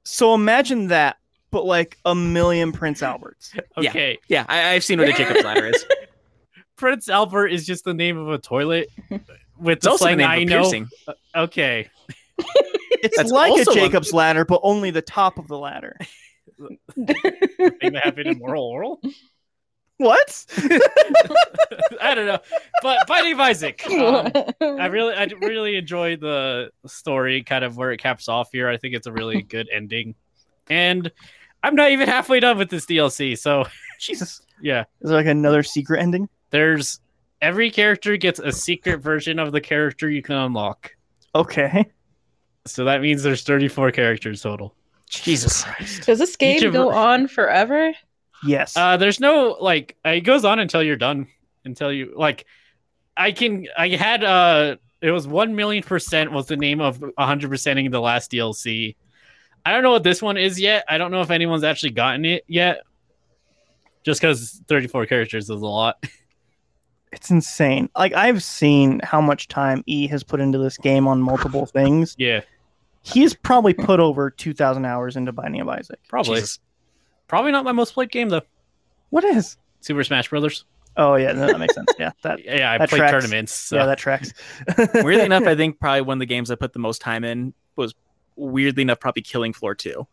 so imagine that, but like a million Prince Alberts. yeah. okay. yeah, I, I've seen what a Jacob's ladder is. Prince Albert is just the name of a toilet with It's the also the slang name of I a know. piercing. Okay. It's That's like also a a- Jacob's ladder, but only the top of the ladder. Um, Thing that happened in Moral Oral? What? I don't know. But Binding of Isaac. um, I really I really enjoy the story kind of where it caps off here. I think it's a really good ending. And I'm not even halfway done with this DLC, so Jesus. yeah. Is there like another secret ending? There's every character gets a secret version of the character you can unlock. Okay. So that means there's 34 characters total. Jesus, Does this Each game of- go on forever? Yes. Uh, there's no like uh, it goes on until you're done. Until you like, I can I had uh it was one million percent was the name of hundred percenting the last DLC. I don't know what this one is yet. I don't know if anyone's actually gotten it yet. Just because 34 characters is a lot. it's insane. Like I've seen how much time E has put into this game on multiple things. Yeah, He has probably put over 2,000 hours into Binding of Isaac. probably. Jesus. Probably not my most played game though. What is? Super Smash Brothers. Oh yeah, no, that makes sense. Yeah, that Yeah, I That played tracks. tournaments. So. yeah that tracks. Weirdly enough, I think probably one of the games I put the most time in was weirdly enough, probably Killing Floor 2.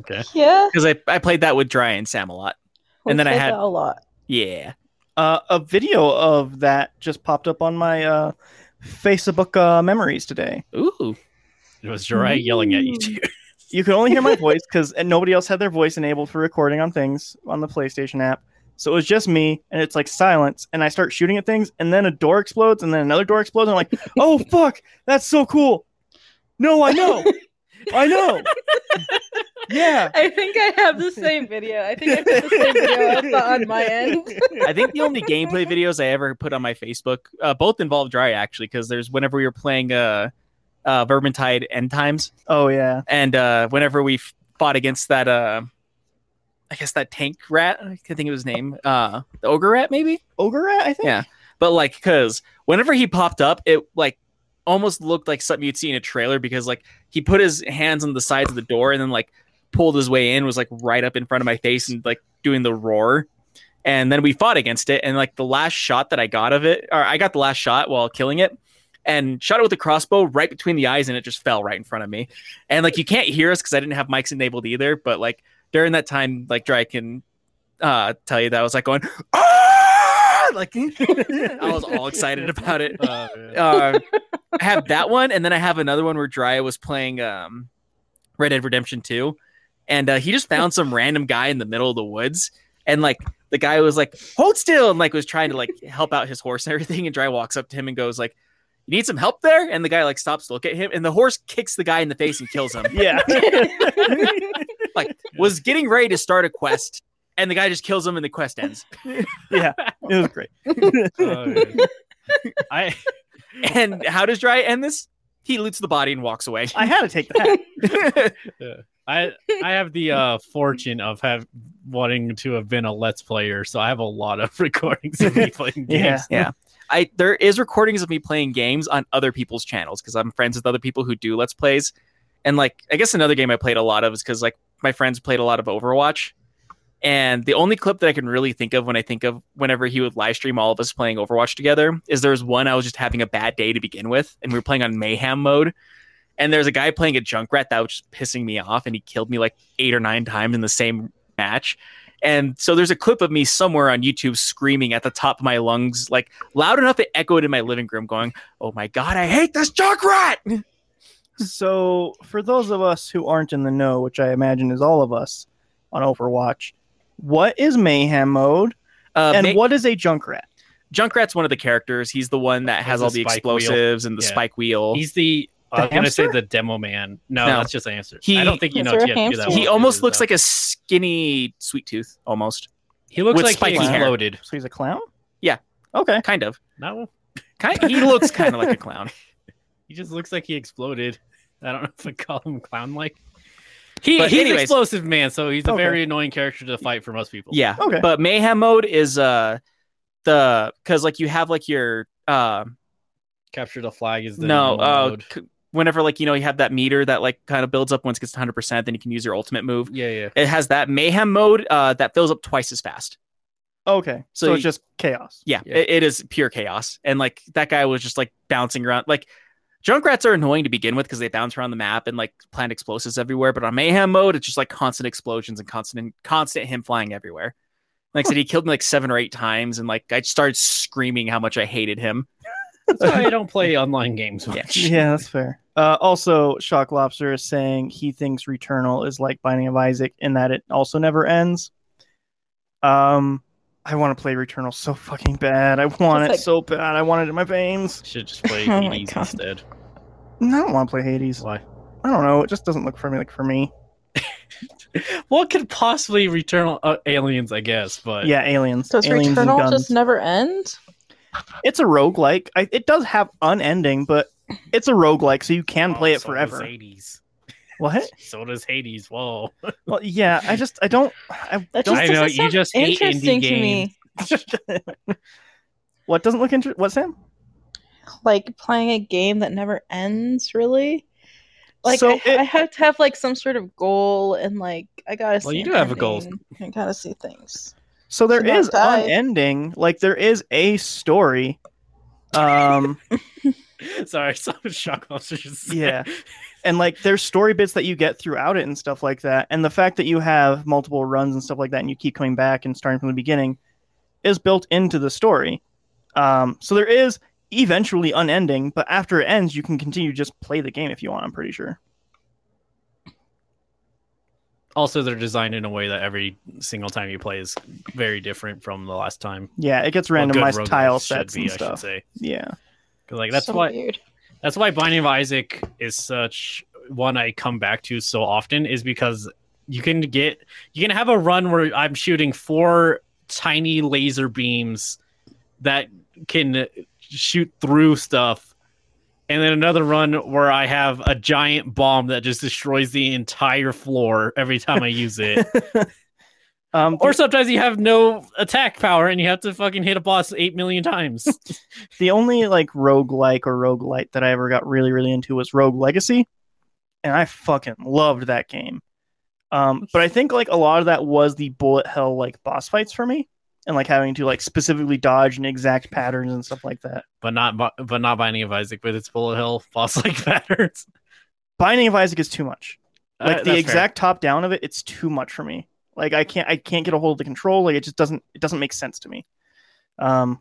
Okay. Yeah. Because I, I played that with Dry and Sam a lot. we And then I played had- that a lot. Yeah. Uh, a video of that just popped up on my uh, Facebook uh, memories today. Ooh. It was Jiraiya yelling at you too. You could only hear my voice because nobody else had their voice enabled for recording on things on the PlayStation app. So it was just me, and it's like silence, and I start shooting at things, and then a door explodes, and then another door explodes, and I'm like, oh fuck, that's so cool. No, I know, I know. Yeah, I think I have the same video. I think I put the same video up on my end. I think the only gameplay videos I ever put on my Facebook, uh, both involved Dry actually, because there's whenever we were playing uh, uh, Vermintide End Times, Oh yeah. and uh, whenever we f- fought against that, uh, I guess that tank rat, I can't think of his name, uh, the ogre rat maybe. Ogre rat, I think. Yeah. But like, because whenever he popped up, it like almost looked like something you'd see in a trailer because like he put his hands on the sides of the door and then like pulled his way in, was like right up in front of my face and like doing the roar. And then we fought against it. And like the last shot that I got of it, or I got the last shot while killing it and shot it with a crossbow right between the eyes and it just fell right in front of me. And like you can't hear us because I didn't have mics enabled either. But like during that time, like Dry can uh, tell you that I was like going, ah! like I was all excited about it. Oh, yeah. Uh, I have that one, and then I have another one where Dry was playing um, Red Dead Redemption 2, and uh, he just found some random guy in the middle of the woods, and like the guy was like, "Hold still," and like was trying to like help out his horse and everything, and Dry walks up to him and goes like. You need some help there, and the guy like stops to look at him, and the horse kicks the guy in the face and kills him. Yeah. Like was getting ready to start a quest, and the guy just kills him, and the quest ends. It was great. Oh, yeah. I And how does Dry end this? He loots the body and walks away. I had to take that. I I have the uh, fortune of have wanting to have been a let's player, so I have a lot of recordings of me playing Yeah. games. I there is recordings of me playing games on other people's channels because I'm friends with other people who do let's plays, and like I guess another game I played a lot of is because like my friends played a lot of Overwatch, and the only clip that I can really think of when I think of whenever he would live stream all of us playing Overwatch together is there was one I was just having a bad day to begin with, and we were playing on Mayhem mode. And there's a guy playing a Junkrat that was just pissing me off, and he killed me like eight or nine times in the same match. And so there's a clip of me somewhere on YouTube screaming at the top of my lungs, like loud enough it echoed in my living room, going, "Oh my god, I hate this Junkrat!" So, for those of us who aren't in the know, which I imagine is all of us on Overwatch, what is mayhem mode Uh, and Ma- what is a junk rat? Junkrat's one of the characters. He's the one that has the all the spike explosives and the Yeah. spike wheel. He's the, I was gonna say hamster? the demo man. No, No. that's just the answer. He- I don't think you Is know there a if you have to do that. hamster? he one. uh, almost looks like a skinny sweet tooth, almost he looks with like he spiky hair. exploded. So, he's a clown? Yeah. Okay. kind of. No, Kind. He looks kind of like a clown. he just looks like he exploded. I don't know if I call him clown like. He, But he's anyways- explosive man, so So he's a Okay. very annoying character to fight for most people. Yeah. Okay. But mayhem mode is uh the because like you have like your uh capture the flag is the no normal uh mode. c- whenever like you know you have that meter that like kind of builds up once it gets to 100 percent then you can use your ultimate move. yeah, yeah. It has that mayhem mode uh that fills up twice as fast. Okay. So, So it's you- just chaos. Yeah, Yeah. It, it is pure chaos. And like that guy was just like bouncing around. Like Junkrats are annoying to begin with because they bounce around the map and like plant explosives everywhere. But on Mayhem mode, it's just like constant explosions and constant constant him flying everywhere. Like I said, he killed me like seven or eight times, and like I started screaming how much I hated him. That's why I don't play online games much. Yeah, that's fair. Uh, also, Shock Lobster is saying he thinks Returnal is like Binding of Isaac in that it also never ends. Um, I want to play Returnal so fucking bad. I want It's it like- so bad. I want it in my veins. Should just play Oh my Hades God. instead. No, I don't want to play Hades. Why? I don't know. It just doesn't look for me like for me. What could possibly return uh, aliens? I guess, but Yeah, aliens. Does aliens and Returnal guns. just never end? It's a roguelike. I, it does have unending, but it's a roguelike, so you can play Oh, it so does forever. Hades. What? So does Hades. Whoa. Well, yeah, I just I don't I That don't just I know, doesn't you sound just hate indie interesting to games. me. what doesn't look interesting. What Sam? Like playing a game that never ends, really. Like So I, it- I have to have like some sort of goal, and like I gotta. Well, see you an do have a goal. ending. I gotta see things. So there Should not is die. unending. Like there is a story. Um Sorry, so shock monsters. yeah and like there's story bits that you get throughout it and stuff like that and the fact that you have multiple runs and stuff like that and you keep coming back and starting from the beginning is built into the story um, so there is eventually unending but after it ends you can continue to just play the game if you want i'm pretty sure Also, they're designed in a way that every single time you play is very different from the last time. yeah it gets Well, good randomized roguelike tile should sets be, and I should stuff say. yeah 'Cause, like that's So why weird. that's why Binding of Isaac is such one I come back to so often is because you can get you can have a run where I'm shooting four tiny laser beams that can shoot through stuff and then another run where I have a giant bomb that just destroys the entire floor every time I use it. um, or sometimes you have no attack power and you have to fucking hit a boss 8 million times. the only like roguelike or roguelite that I ever got really really into was Rogue Legacy, and I fucking loved that game. Um, but I think like a lot of that was the bullet hell like boss fights for me, and like having to like specifically dodge and exact patterns and stuff like that. but not bu- but not Binding of Isaac with its bullet hell boss like patterns. Binding of Isaac is too much. Uh, Like that's the fair. exact top down of it, it's too much for me. Like I can't I can't get a hold of the control. Like it just doesn't it doesn't make sense to me. Um,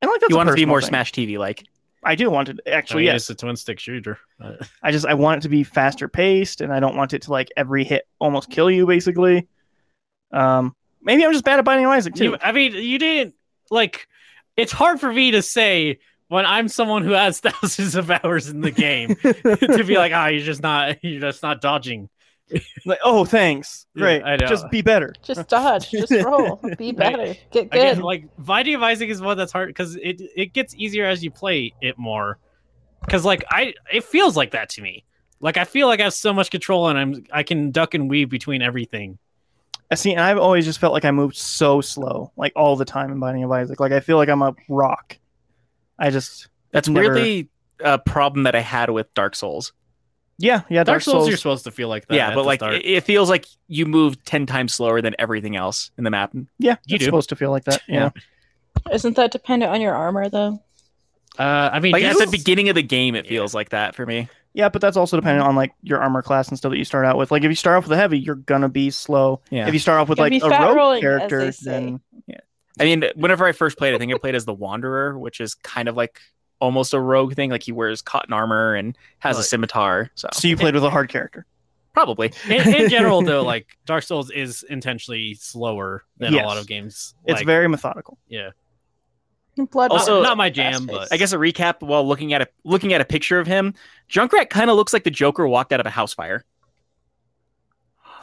and like that's you a want it to be personal more thing. Smash TV like. I do want it I actually. mean, yes, it's a twin stick shooter. Uh, I just I want it to be faster paced, and I don't want it to like every hit almost kill you. Basically, um, maybe I'm just bad at Binding of Isaac too. you- I mean, you didn't like. It's hard for me to say when I'm someone who has thousands of hours in the game to be like, ah, you're just not, you're just not dodging. like, oh, thanks, Yeah, great, I know. just be better. Just dodge, just roll, be better, get Again, good. like Binding of Isaac is one that's hard because it it gets easier as you play it more. Because like I, it feels like that to me. Like I feel like I have so much control and I'm I can duck and weave between everything. I see, and I've always just felt like I moved so slow, like all the time in Binding of Isaac. Like I feel like I'm a rock. I just That's Never- weirdly a problem that I had with Dark Souls. yeah yeah Dark Souls, you're supposed to feel like that. yeah, at but the like start. it, it feels like you move ten times slower than everything else in the map. yeah you it's do. supposed to feel like that. Yeah, Isn't that dependent on your armor though? Uh, I mean, Like at yes. the beginning of the game, it feels like that for me. yeah, but that's also dependent on like your armor class and stuff that you start out with. Like if you start off with a heavy, you're gonna be slow. Yeah. If you start off with Gonna like be a fat rogue rolling, as character, they say. then I mean, whenever I first played, I think I played as the Wanderer, which is kind of like almost a rogue thing. Like he wears cotton armor and has a Right. scimitar. So so you played with a hard character. probably in, in general, though, like Dark Souls is intentionally slower than Yes. a lot of games. It's Like, very methodical. yeah. Blood Also- Orange, not my fast jam, pace. but- I guess a recap while looking at a looking at a picture of him, Junkrat kind of looks like the Joker walked out of a house fire.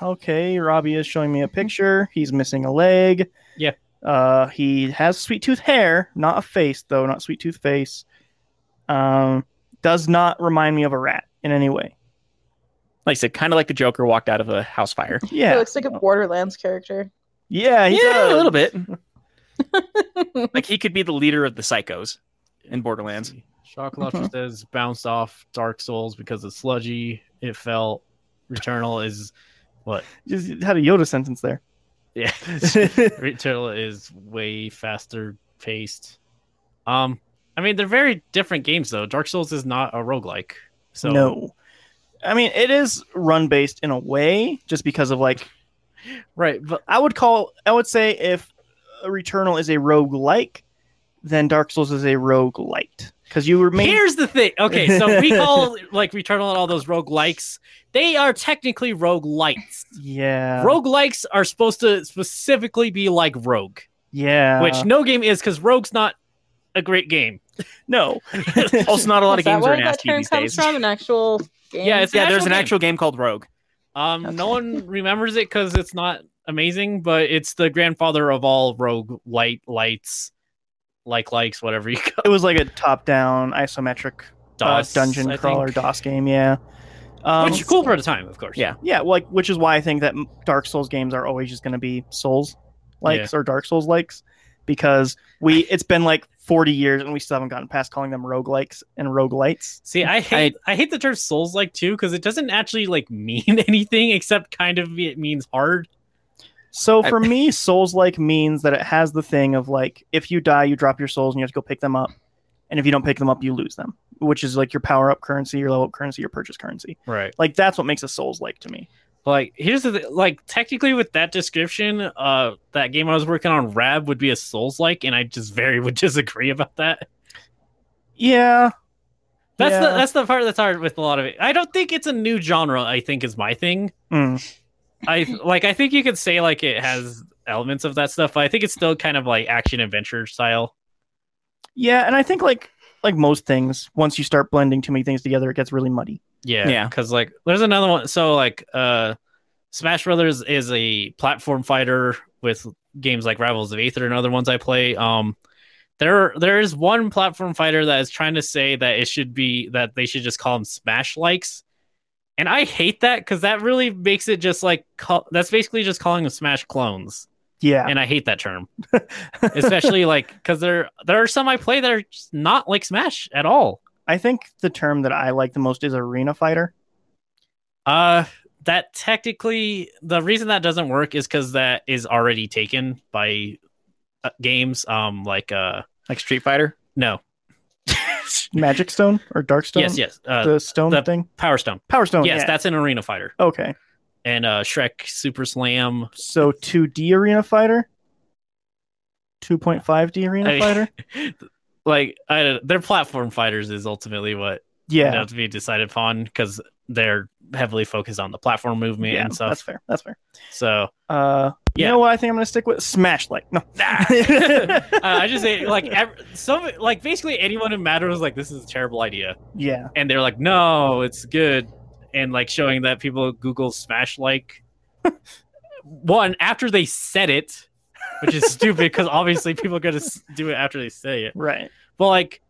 Okay, Robbie is showing me a picture. He's missing a leg. Mm-hmm. Yeah. Uh, he has sweet tooth hair, not a face though, not sweet tooth face. Um, does not remind me of a rat in any way. Like I said, kind of like the Joker walked out of a house fire. He Yeah, looks like a Borderlands character. yeah, he does. a little bit. like he could be the leader of the psychos in Borderlands. Shock Lobster Mm-hmm. says bounced off Dark Souls because it's sludgy. It felt Returnal is what Just had a Yoda sentence there. yeah. Returnal is way faster paced. Um, I mean they're very different games though. Dark Souls is not a roguelike. So no, I mean it is run based in a way, just because of like right, but I would call I would say if Returnal is a rogue like, then Dark Souls is a rogue light because you remain. Here's the thing. Okay, so we call like Returnal and all those roguelikes. They are technically roguelites. yeah. Roguelikes are supposed to specifically be like Rogue, Yeah. which no game is because Rogue's not a great game. no. Also, not a lot of Is that games where are that nasty term these comes days. from? An actual game? Yeah, it's Yeah, there's an game. actual game called Rogue. Um, no Okay. one remembers it because it's not amazing, but it's the grandfather of all Rogue light lights, like likes, whatever you call It was like a top-down isometric uh, DOS, dungeon I crawler think. DOS game. Yeah. Um, which cool for the time, of course. Yeah. yeah, well, like which is why I think that m- Dark Souls games are always just going to be Souls likes or Dark Souls likes because we it's been like 40 years and we still haven't gotten past calling them roguelikes and roguelites. See, I hate I, hate the term Souls like too because it doesn't actually like mean anything except kind of it means hard. So I- for me, Souls like means that it has the thing of like if you die, you drop your souls and you have to go pick them up, and if you don't pick them up, you lose them. which is like your power up currency, your level up currency, your purchase currency. Right. Like that's what makes a Souls like to me. Like here's the th- like technically with that description, uh, that game I was working on, Rab would be a Souls like, and I just very would disagree about that. Yeah. That's the Yeah. that's the part that's hard with a lot of it. I don't think it's a new genre. I think is my thing. Mm. I like I think you could say like it has elements of that stuff, but I think it's still kind of like action adventure style. Yeah, and I think like like most things, once you start blending too many things together, it gets really muddy. Yeah, Yeah. Because like, there's another one. So like, uh, Smash Brothers is a platform fighter with games like Rivals of Aether and other ones I play. Um, there there is one platform fighter that is trying to say that it should be that they should just call them Smash likes, and I hate that because that really makes it just like call, that's basically just calling them Smash clones, Yeah. and I hate that term, especially like because there there are some I play that are just not like Smash at all. I think the term that I like the most is arena fighter. Uh that technically the reason that doesn't work is cuz that is already taken by uh, games um like uh like Street Fighter. no. Magic Stone or Dark Stone? yes, yes. Uh The stone the- thing? Power Stone. Power Stone. yes, yeah. that's an arena fighter. okay. And uh Shrek Super Slam. So 2D arena fighter? 2.5D arena I mean, fighter? like I don't, they're platform fighters is ultimately what Yeah. would have to be decided upon cuz they're heavily focused on the platform movement yeah, and stuff. that's fair. That's fair. So Uh, Yeah. You know what I think I'm going to stick with? Smash like. No. uh, I just say like ev- some like basically anyone who mattered was like this is a terrible idea. yeah. and they're like, no, it's good, and like showing that people Google smash like one after they said it, which is stupid because obviously people are gonna s- do it after they say it. Right. But like,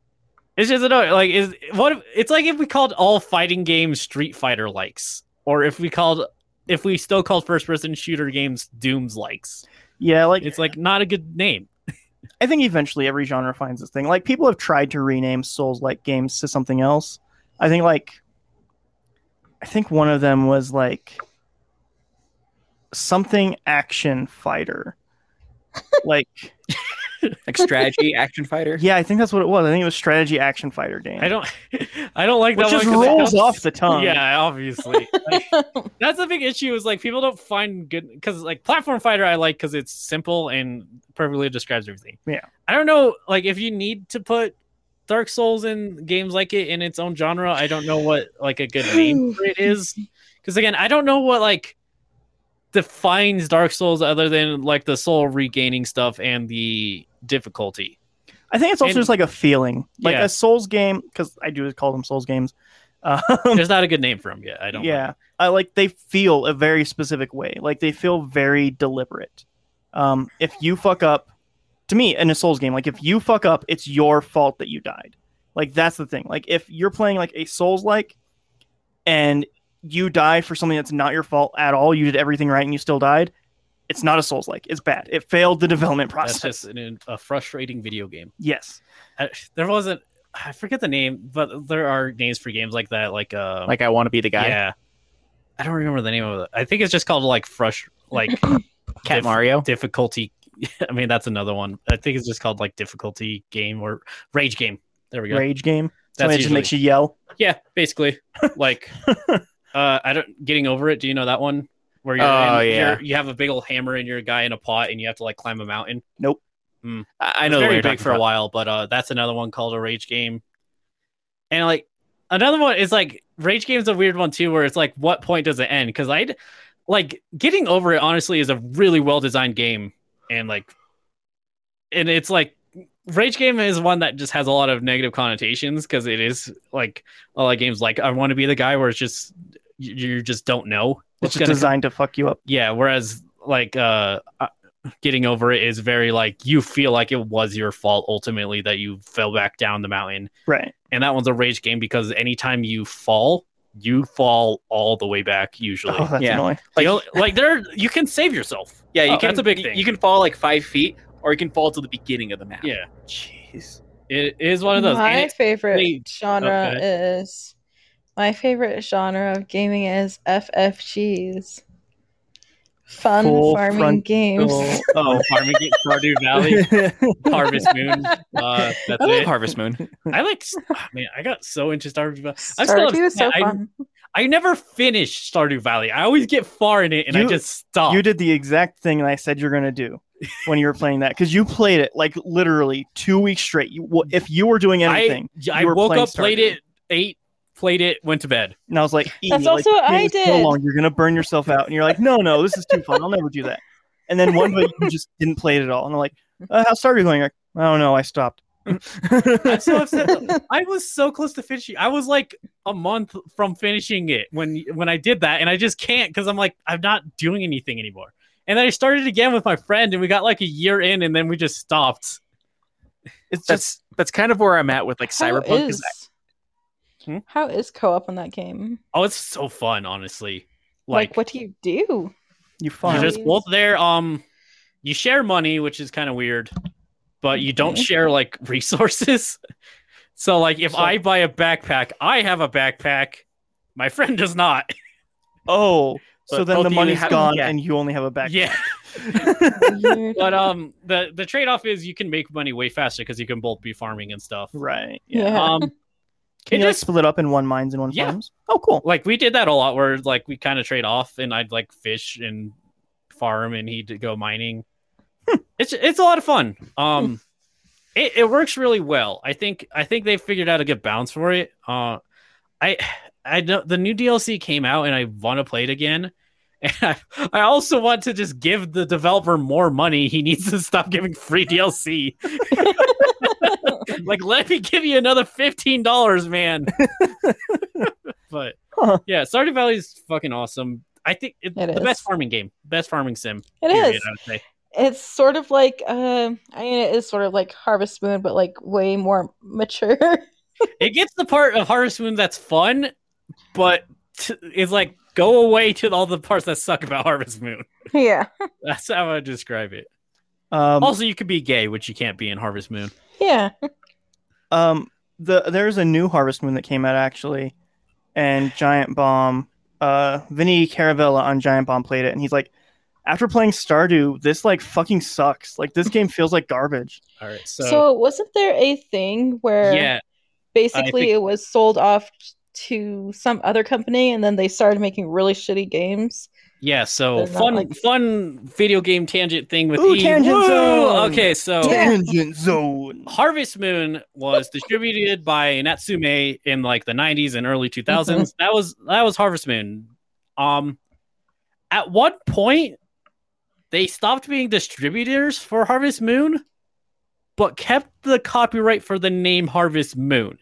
it's just annoying. Like, is what? If, it's like if we called all fighting games Street Fighter likes, or if we called if we still called first person shooter games Dooms likes. Yeah. Like, It's like not a good name. I think eventually every genre finds its thing. Like, people have tried to rename Souls like games to something else. I think, like, I think one of them was like something action fighter. like, Like strategy action fighter. yeah, I think that's what it was. I think it was strategy action fighter game. I don't, I don't like Which that. one just 'cause it rolls comes- off the tongue. Yeah, obviously. Like, that's the big issue is like people don't find good because like platform fighter I like because it's simple and perfectly describes everything. Yeah. I don't know like if you need to put Dark Souls in games like it in its own genre. I don't know what like a good name for it is because again I don't know what like defines Dark Souls other than like the soul regaining stuff and the difficulty. I think it's also And- just like a feeling, like Yeah. a Souls game, because I do call them Souls games. Um, There's not a good name for them yet. I don't. yeah, I like they feel a very specific way. Like they feel very deliberate. Um, if you fuck up, to me in a Souls game, like if you fuck up, it's your fault that you died. Like that's the thing. Like if you're playing like a Souls like, and you die for something that's not your fault at all, you did everything right and you still died. It's not a Souls like. It's bad. It failed the development That's process. just an, a frustrating video game. yes. I, there wasn't I forget the name, but there are names for games like that, like uh Like I want to be the guy. yeah. I don't remember the name of it. I think it's just called like fresh like Cat dif- Mario. difficulty. I mean that's another one. I think it's just called like difficulty game or rage game. There we go. Rage game. That's Somebody just usually- makes you yell. Yeah, basically. Like uh I don't getting over it. Do you know that one? Where you're, Oh, in- yeah. you're- you have a big old hammer and you're a guy in a pot and you have to like climb a mountain. I, I It know the was one very you're big talking for a about. while, but uh, that's another one called a rage game. And like another one is like rage game's a weird one too, where it's like what point does it end? Because I'd like getting over it honestly is a really well designed game, and like, and it's like rage game is one that just has a lot of negative connotations because it is like a lot of games like I want to be the guy where it's just you, you just don't know It's what's just gonna come designed to fuck you up. yeah whereas like uh uh, getting over it is very like you feel like it was your fault ultimately that you fell back down the mountain Right. and that one's a rage game because anytime you fall you fall all the way back usually Oh, that's Yeah. annoying. like, like there you can save yourself Yeah, you Oh, can. that's a big you- thing. You can fall like five feet, or you can fall to the beginning of the map. yeah Jeez. it is one of those My and it- favorite they- genre is my favorite genre of gaming is FFGs. Fun Full farming front- games. Oh, farming game, Stardew Valley, Harvest Moon. Uh, that's I love it. Harvest Moon. I like. ah, Man, I got so into Stardew Valley. I'm still Stardew is so upset. I- fun. I never finished Stardew Valley. I always get far in it and I You- just stop. You did the exact thing that I said you're gonna do when you were playing that because you played it like literally two weeks straight. You, wh- if you were doing anything, I, I you were woke playing up, played Stardew. it, ate, played it, went to bed. and I was like, "E, That's like, also what this I is So did. long, you're gonna burn yourself out, and you're like, no, no, this is too fun. I'll never do that. And then one day you just didn't play it at all, and I'm like, uh, how's Stardew going? You're like, I don't know, I stopped. I'm so upset. I was so close to finishing. I was like a month from finishing it when when I did that, and I just can't because I'm like I'm not doing anything anymore. And then I started again with my friend, and we got like a year in, and then we just stopped. It's just That's that's kind of where I'm at with like How Cyberpunk. Is, is- Hmm? How is co-op in that game? Oh, it's so fun, honestly. Like, Like, what do you do? you you're fun. just both there. Um, you share money, which is kind of weird, but you don't Okay. share like resources. So, like, if So- I buy a backpack, I have a backpack. My friend does not. oh, so But then both the of you money's have- gone, yeah. and you only have a back. Yeah. Weird. but um the the trade-off is you can make money way faster because you can both be farming and stuff right. Yeah. yeah. um it Can you like, just split up in one mines and one Yeah. farms? Oh, cool. like we did that a lot where like we kind of trade off and i'd like fish and farm and he'd go mining it's it's a lot of fun um it, it works really well i think i think they figured out a good balance for it uh i i know the new dlc came out and i want to play it again and I, I also want to just give the developer more money he needs to stop giving free dlc like let me give you another $15 man but Huh. yeah stardew valley is fucking awesome i think it, It the best is. farming game best farming sim it period, is. i would say It's sort of like, um, I mean, it is sort of like Harvest Moon, but like way more mature. it gets the part of harvest moon that's fun but t- is like go away to all the parts that suck about harvest moon yeah. that's how i describe it Um, also you could be gay which you can't be in harvest moon Yeah. Um, the there's a new Harvest Moon that came out actually, and Giant Bomb. Uh, Vinny Caravella on Giant Bomb played it, and he's like, after playing Stardew, this like fucking sucks. Like this game feels like garbage. all right so, So, wasn't there a thing where yeah basically think- it was sold off to some other company and then they started making really shitty games? Yeah, so They're not fun like- fun video game tangent thing with Ooh, E. tangent Woo! zone! Okay, so Yeah. Tangent Zone. Harvest Moon was distributed by Natsume in like the 90s and early 2000s. Mm-hmm. That was that was Harvest Moon. Um at one point they stopped being distributors for Harvest Moon but kept the copyright for the name Harvest Moon.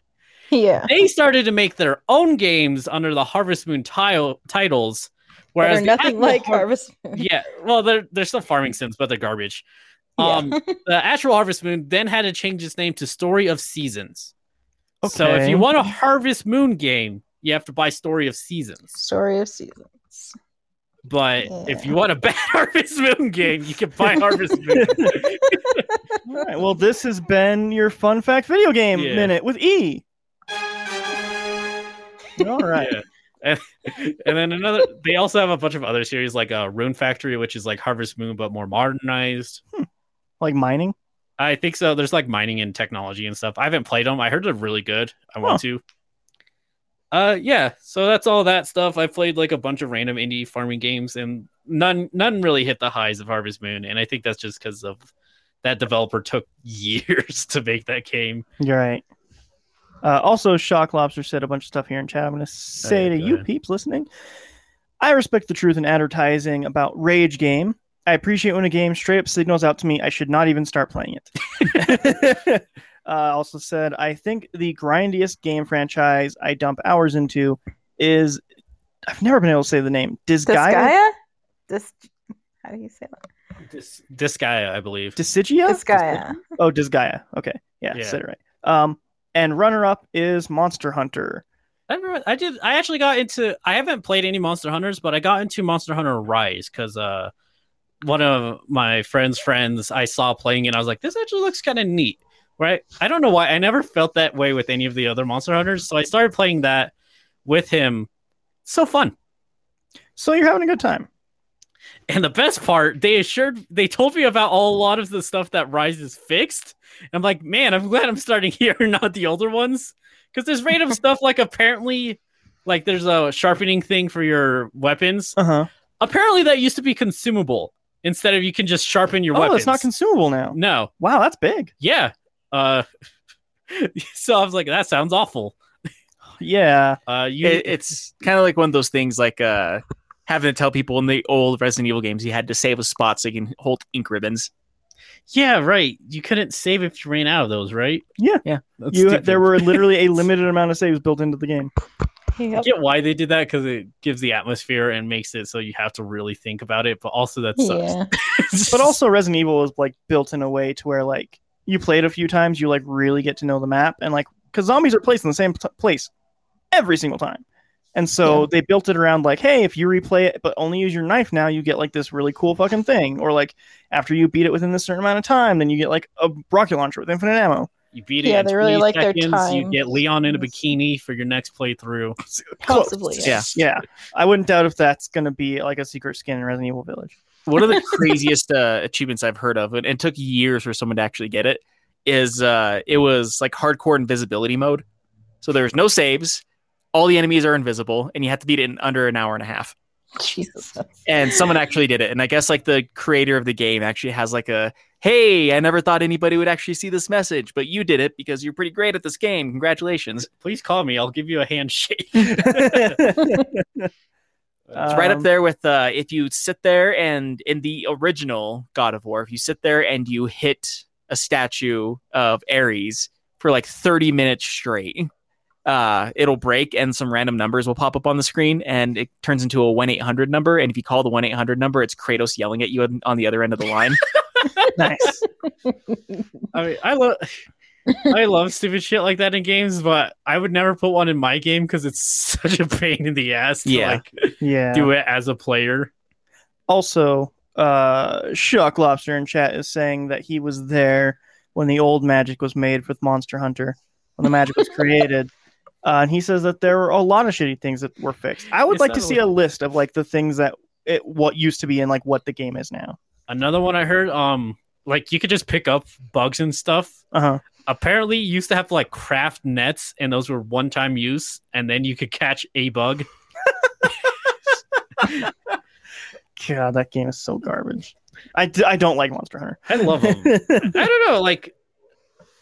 Yeah. They started to make their own games under the Harvest Moon tile- titles Whereas whereas they're nothing the actual like Har- Harvest Moon. yeah well they're they're still farming sims but they're garbage Yeah. um the actual harvest moon then had to change its name to story of seasons so if Okay. you want a harvest moon game you have to buy story of seasons Story of Seasons. but if you want a bad harvest moon game you can buy harvest moon All right. Well, this has been your fun fact video game Yeah. minute with E. All right. Yeah. and, and then another they also have a bunch of other series like uh, rune factory which is like harvest moon but more modernized Like mining. i think so there's like mining and technology and stuff i haven't played them i heard they're really good i want to uh yeah so that's all that stuff i played like a bunch of random indie farming games and none none really hit the highs of harvest moon and i think that's just because of that developer took years to make that game You're right. Uh, also, Shock Lobster said a bunch of stuff here in chat. I'm going to say yeah, to go you ahead. peeps listening, I respect the truth in advertising about Rage Game. I appreciate when a game straight up signals out to me I should not even start playing it. uh, also said, I think the grindiest game franchise I dump hours into is, I've never been able to say the name, Disgaea? Disgaea? Dis- How do you say that? this this guy i believe Disigia? Disgaea. Oh, Disgaea. Okay. Yeah, Yeah. said it right. Um, and runner up is Monster Hunter. I remember I did I actually got into I haven't played any Monster Hunters, but I got into Monster Hunter Rise because uh one of my friend's friends I saw playing it, and I was like, this actually looks kind of neat. Right? I don't know why. I never felt that way with any of the other Monster Hunters. So I started playing that with him. So fun. So you're having a good time. And the best part, they assured they told me about all a lot of the stuff that Rise is fixed. And I'm like, man, I'm glad I'm starting here, not the older ones. Because there's random stuff like apparently like there's a sharpening thing for your weapons. Uh huh. Apparently that used to be consumable instead of you can just sharpen your Oh, weapons. it's not consumable now. no. Wow, that's big. Yeah. Uh so I was like, that sounds awful. Yeah. Uh you It, it's kind of like one of those things like uh having to tell people in the old Resident Evil games you had to save a spot so you can hold ink ribbons. Yeah, right. You couldn't save if you ran out of those, right? Yeah. Yeah, That's You, stupid. there were literally a limited amount of saves built into the game. I Yep. get why they did that because it gives the atmosphere and makes it so you have to really think about it, but also that sucks. Yeah. But also, Resident Evil was like built in a way to where like you play it a few times, you like really get to know the map, and like because zombies are placed in the same t- place every single time, and so Yeah. they built it around like, hey, if you replay it but only use your knife now, you get like this really cool fucking thing, or like after you beat it within a certain amount of time, then you get like a rocket launcher with infinite ammo. you beat it. Yeah, in they really 20 like their seconds, You time. get Leon in a bikini for your next playthrough. Possibly. Yeah. Yeah, I wouldn't doubt if that's gonna be like a secret skin in Resident Evil Village. one of the craziest uh, achievements I've heard of, and it took years for someone to actually get it, is uh, it was like hardcore invisibility mode. So there's no saves, all the enemies are invisible, and you have to beat it in under an hour and a half. Jesus. And someone actually did it, and I guess like the creator of the game actually has like a hey, I never thought anybody would actually see this message, but you did it because you're pretty great at this game. Congratulations! Please call me. I'll give you a handshake. It's right up Um, there with uh, if you sit there and in the original God of War, if you sit there and you hit a statue of Ares for like 30 minutes straight, uh, it'll break and some random numbers will pop up on the screen and it turns into a 1 800 number. And if you call the 1 800 number, it's Kratos yelling at you on- on the other end of the line. nice. I mean, I love. I love stupid shit like that in games, but I would never put one in my game because it's such a pain in the ass to Yeah. like Yeah. do it as a player. Also, uh, Shuck Lobster in chat is saying that he was there when the old magic was made with Monster Hunter, when the magic was created. Uh, and he says that there were a lot of shitty things that were fixed. I would Yes, like to I see a list of like the things that it what used to be and like what the game is now. Another one I heard, um, like you could just pick up bugs and stuff Uh huh. apparently you used to have to like craft nets and those were one time use and then you could catch a bug God, that game is so garbage. I, d- I don't like Monster Hunter. i love them i don't know like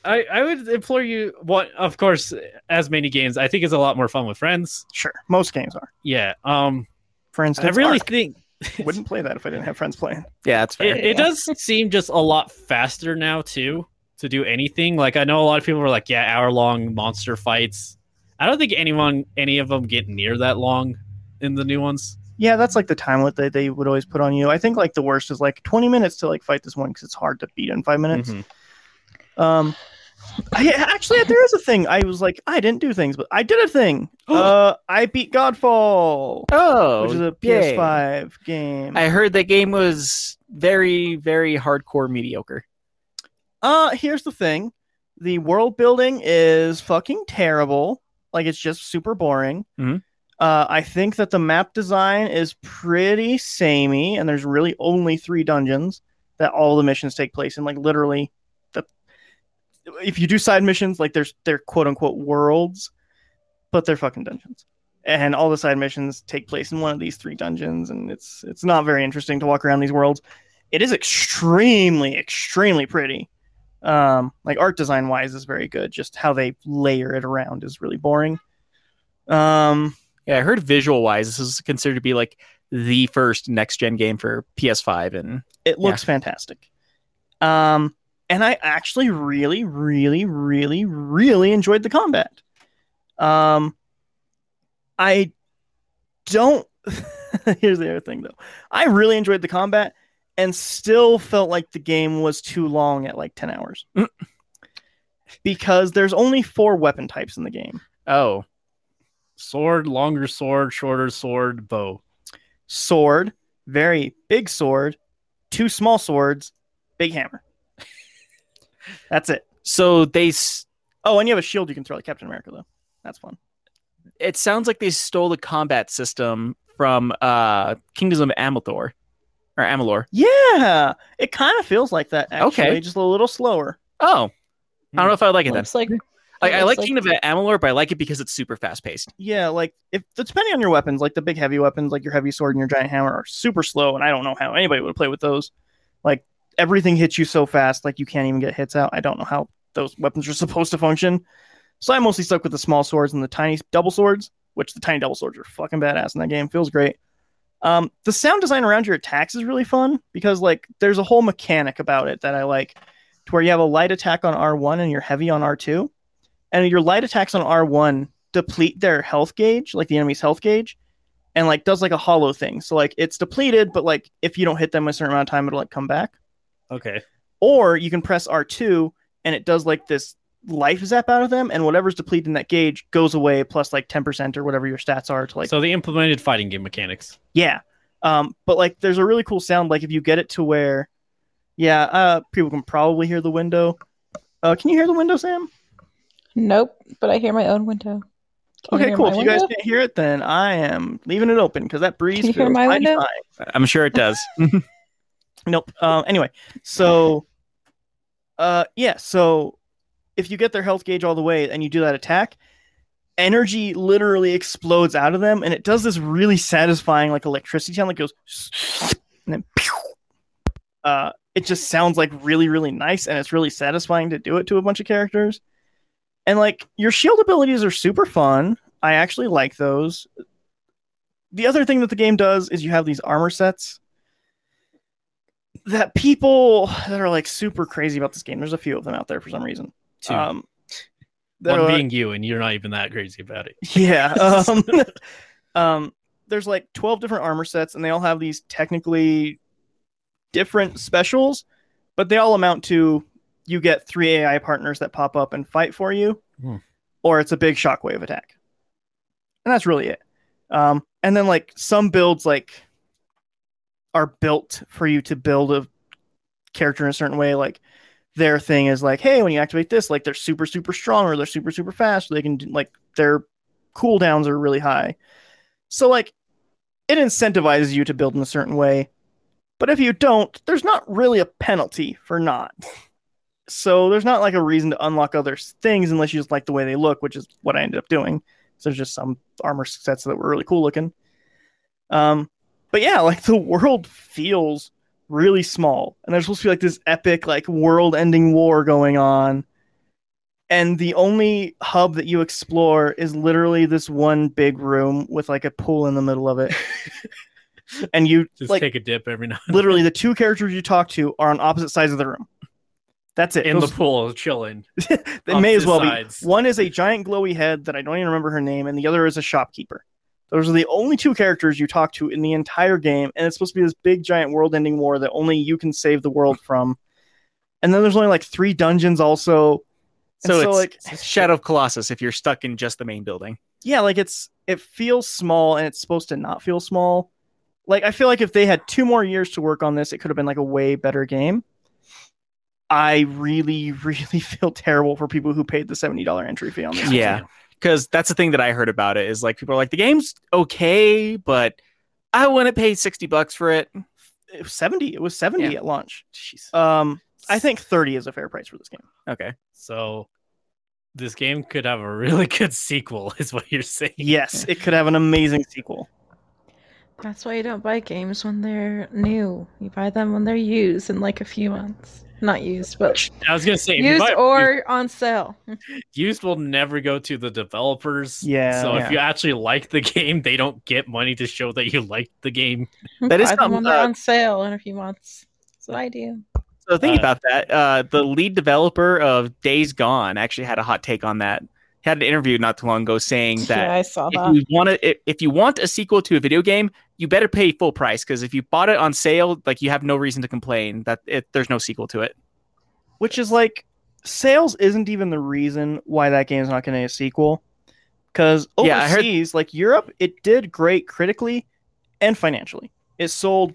i i would implore you what of course as many games i think it's a lot more fun with friends sure, most games are. yeah um For instance, i really Ark. think wouldn't play that if I didn't have friends playing. yeah, that's it, it Yeah. does seem just a lot faster now too to do anything like i know a lot of people are like yeah hour long monster fights i don't think anyone any of them get near that long in the new ones Yeah, that's like the time limit that they would always put on you. I think like the worst is like 20 minutes to like fight this one because it's hard to beat in five minutes. Um, I, actually, there is a thing. I was like, I didn't do things, but I did a thing. uh, I beat Godfall, Oh, which is a yay. PS5 game. I heard the game was very, very hardcore mediocre. Uh, here's the thing. The world building is fucking terrible. Like it's just super boring. Mhm. Uh, I think that the map design is pretty samey, and there's really only three dungeons that all the missions take place in. Like literally, the if you do side missions, like there's they're quote unquote worlds, but they're fucking dungeons, and all the side missions take place in one of these three dungeons, and it's it's not very interesting to walk around these worlds. It is extremely extremely pretty, um like art design wise is very good just how they layer it around is really boring um Yeah, I heard visual wise, this is considered to be like the first next gen game for PS5 and it looks fantastic um and i actually really really really really enjoyed the combat um i don't here's the other thing though i really enjoyed the combat and still felt like the game was too long at like 10 hours Mm. because there's only four weapon types in the game oh, sword, longer sword, shorter sword, bow. sword, very big sword, two small swords, big hammer. That's it. so they s- Oh, and you have a shield you can throw like Captain America though. That's fun. it sounds like they stole the combat system from uh Kingdoms of Amalthor or Amalur? Yeah, it kind of feels like that. Actually, Okay. just a little slower. Oh, I don't know if I would like it then. Looks like Like, I looks Hmm. like like- Kingdom of Amalur, but I like it because it's super fast paced. Yeah, like if depending on your weapons, like the big heavy weapons, like your heavy sword and your giant hammer, are super slow, and I don't know how anybody would play with those. Like everything hits you so fast, like you can't even get hits out. I don't know how those weapons are supposed to function. So I mostly stuck with the small swords and the tiny double swords, which the tiny double swords are fucking badass in that game. Feels great. Um, the sound design around your attacks is really fun because like there's a whole mechanic about it that I like, to where you have a light attack on R1 and your heavy on R2, and your light attacks on R1 deplete their health gauge, like the enemy's health gauge, and like does like a hollow thing. So like it's depleted, but like if you don't hit them a certain amount of time, it'll like come back. Okay. Or you can press R2 and it does like this life zap out of them, and whatever's depleted in that gauge goes away plus like 10% or whatever your stats are to like so they implemented fighting game mechanics. yeah. Um, but like there's a really cool sound, like if you get it to where yeah, uh people can probably hear the window. Uh can you hear the window, Sam? nope. But I hear my own window. Can you Okay, hear cool. my If you guys window? can't hear it, then I am leaving it open because that breeze Can you hear feels my mighty window? fine. I'm sure it does. Nope. Um, anyway, so uh, yeah, so if you get their health gauge all the way and you do that attack, energy literally explodes out of them, and it does this really satisfying like electricity sound, like it goes and then pew. Uh, it just sounds like really really nice, and it's really satisfying to do it to a bunch of characters. And like your shield abilities are super fun. I actually like those. The other thing that the game does is you have these armor sets that people that are like super crazy about this game. There's a few of them out there for some reason. Two. Um, that One are like- being you, and you're not even that crazy about it. yeah. Um, um, there's like 12 different armor sets, and they all have these technically different specials, but they all amount to you get three AI partners that pop up and fight for you, Hmm. or it's a big shockwave attack. And that's really it. Um, and then like some builds like are built for you to build a character in a certain way, like their thing is like, hey, when you activate this, like they're super, super strong or they're super, super fast. They can do- like their cooldowns are really high. So like it incentivizes you to build in a certain way. But if you don't, there's not really a penalty for not. So there's not like a reason to unlock other s- things unless you just like the way they look, which is what I ended up doing. So there's just some armor sets that were really cool looking. Um, but yeah, like the world feels really small, and there's supposed to be like this epic, like world-ending war going on and the only hub that you explore is literally this one big room with like a pool in the middle of it and you Just like take a dip every now. literally the two characters you talk to are on opposite sides of the room that's it In the Those- pool, chilling. it may as opposite well sides. be one is a giant glowy head that i don't even remember her name and the other is a shopkeeper those are the only two characters you talk to in the entire game and it's supposed to be this big giant world-ending war that only you can save the world from and then there's only like three dungeons also And So, so, it's, like- it's Shadow of Colossus if you're stuck in just the main building. yeah, like it's it feels small and it's supposed to not feel small. Like I feel like if they had two more years to work on this, it could have been like a way better game. I really, really feel terrible for people who paid the seventy dollar entry fee on this. Yeah. Because that's the thing that I heard about it is like people are like, the game's okay, but I wouldn't pay 60 bucks for it. It was seventy. It was seventy Yeah. at launch. Jeez. Um, I think thirty is a fair price for this game. Okay. So this game could have a really good sequel, is what you're saying. Yes, it could have an amazing sequel. That's why you don't buy games when they're new. You buy them when they're used in like a few months. Not used, but I was gonna say if you used buy it or on sale. used will never go to the developers. Yeah. So Yeah. if you actually like the game, they don't get money to show that you liked the game. That is buy them some, when they're uh, on sale in a few months. That's what I do. So think Uh, about that. Uh, the lead developer of Days Gone actually had a hot take on that. He had an interview not too long ago saying that yeah, I saw if that. you want to, if you want a sequel to a video game, you better pay full price because if you bought it on sale, like you have no reason to complain that it, there's no sequel to it. which is like sales isn't even the reason why that game's not getting a sequel because Yeah, I heard- overseas like europe it did great critically and financially it sold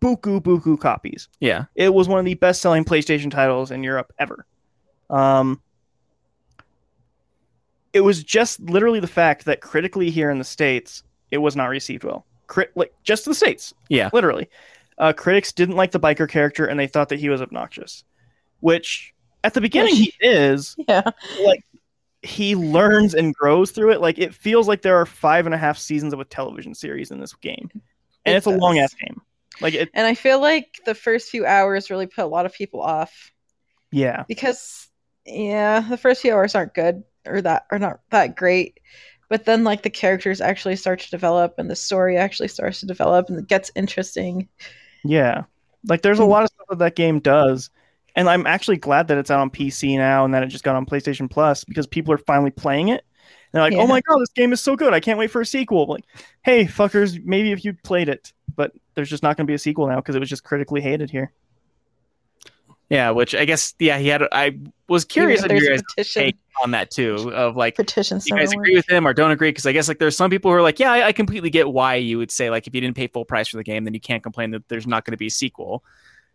buku buku copies Yeah, it was one of the best-selling playstation titles in europe ever um, it was just literally the fact that critically here in the states it was not received well Crit- like just the states Yeah. literally Uh, critics didn't like the biker character and they thought that he was obnoxious, which at the beginning he is. Yeah. Like he learns and grows through it. Like it feels like there are five and a half seasons of a television series in this game, and It it's a does. long ass game. Like it, And I feel like the first few hours really put a lot of people off yeah. because yeah, the first few hours aren't good or that are not that great. But then like the characters actually start to develop and the story actually starts to develop and it gets interesting. Yeah. Like there's a lot of stuff that that game does. And I'm actually glad that it's out on PC now and that it just got on PlayStation Plus because people are finally playing it. And they're like, Yeah. oh my God, this game is so good. I can't wait for a sequel. I'm like, hey, fuckers, maybe if you played it. But there's just not going to be a sequel now because it was just critically hated here. Yeah, which I guess yeah, he had. I was Even curious if of there's your a guys' petition take on that too, of like petition you guys somewhere. agree with him or don't agree because i guess like there's some people who are like yeah I, I completely get why you would say like if you didn't pay full price for the game then you can't complain that there's not going to be a sequel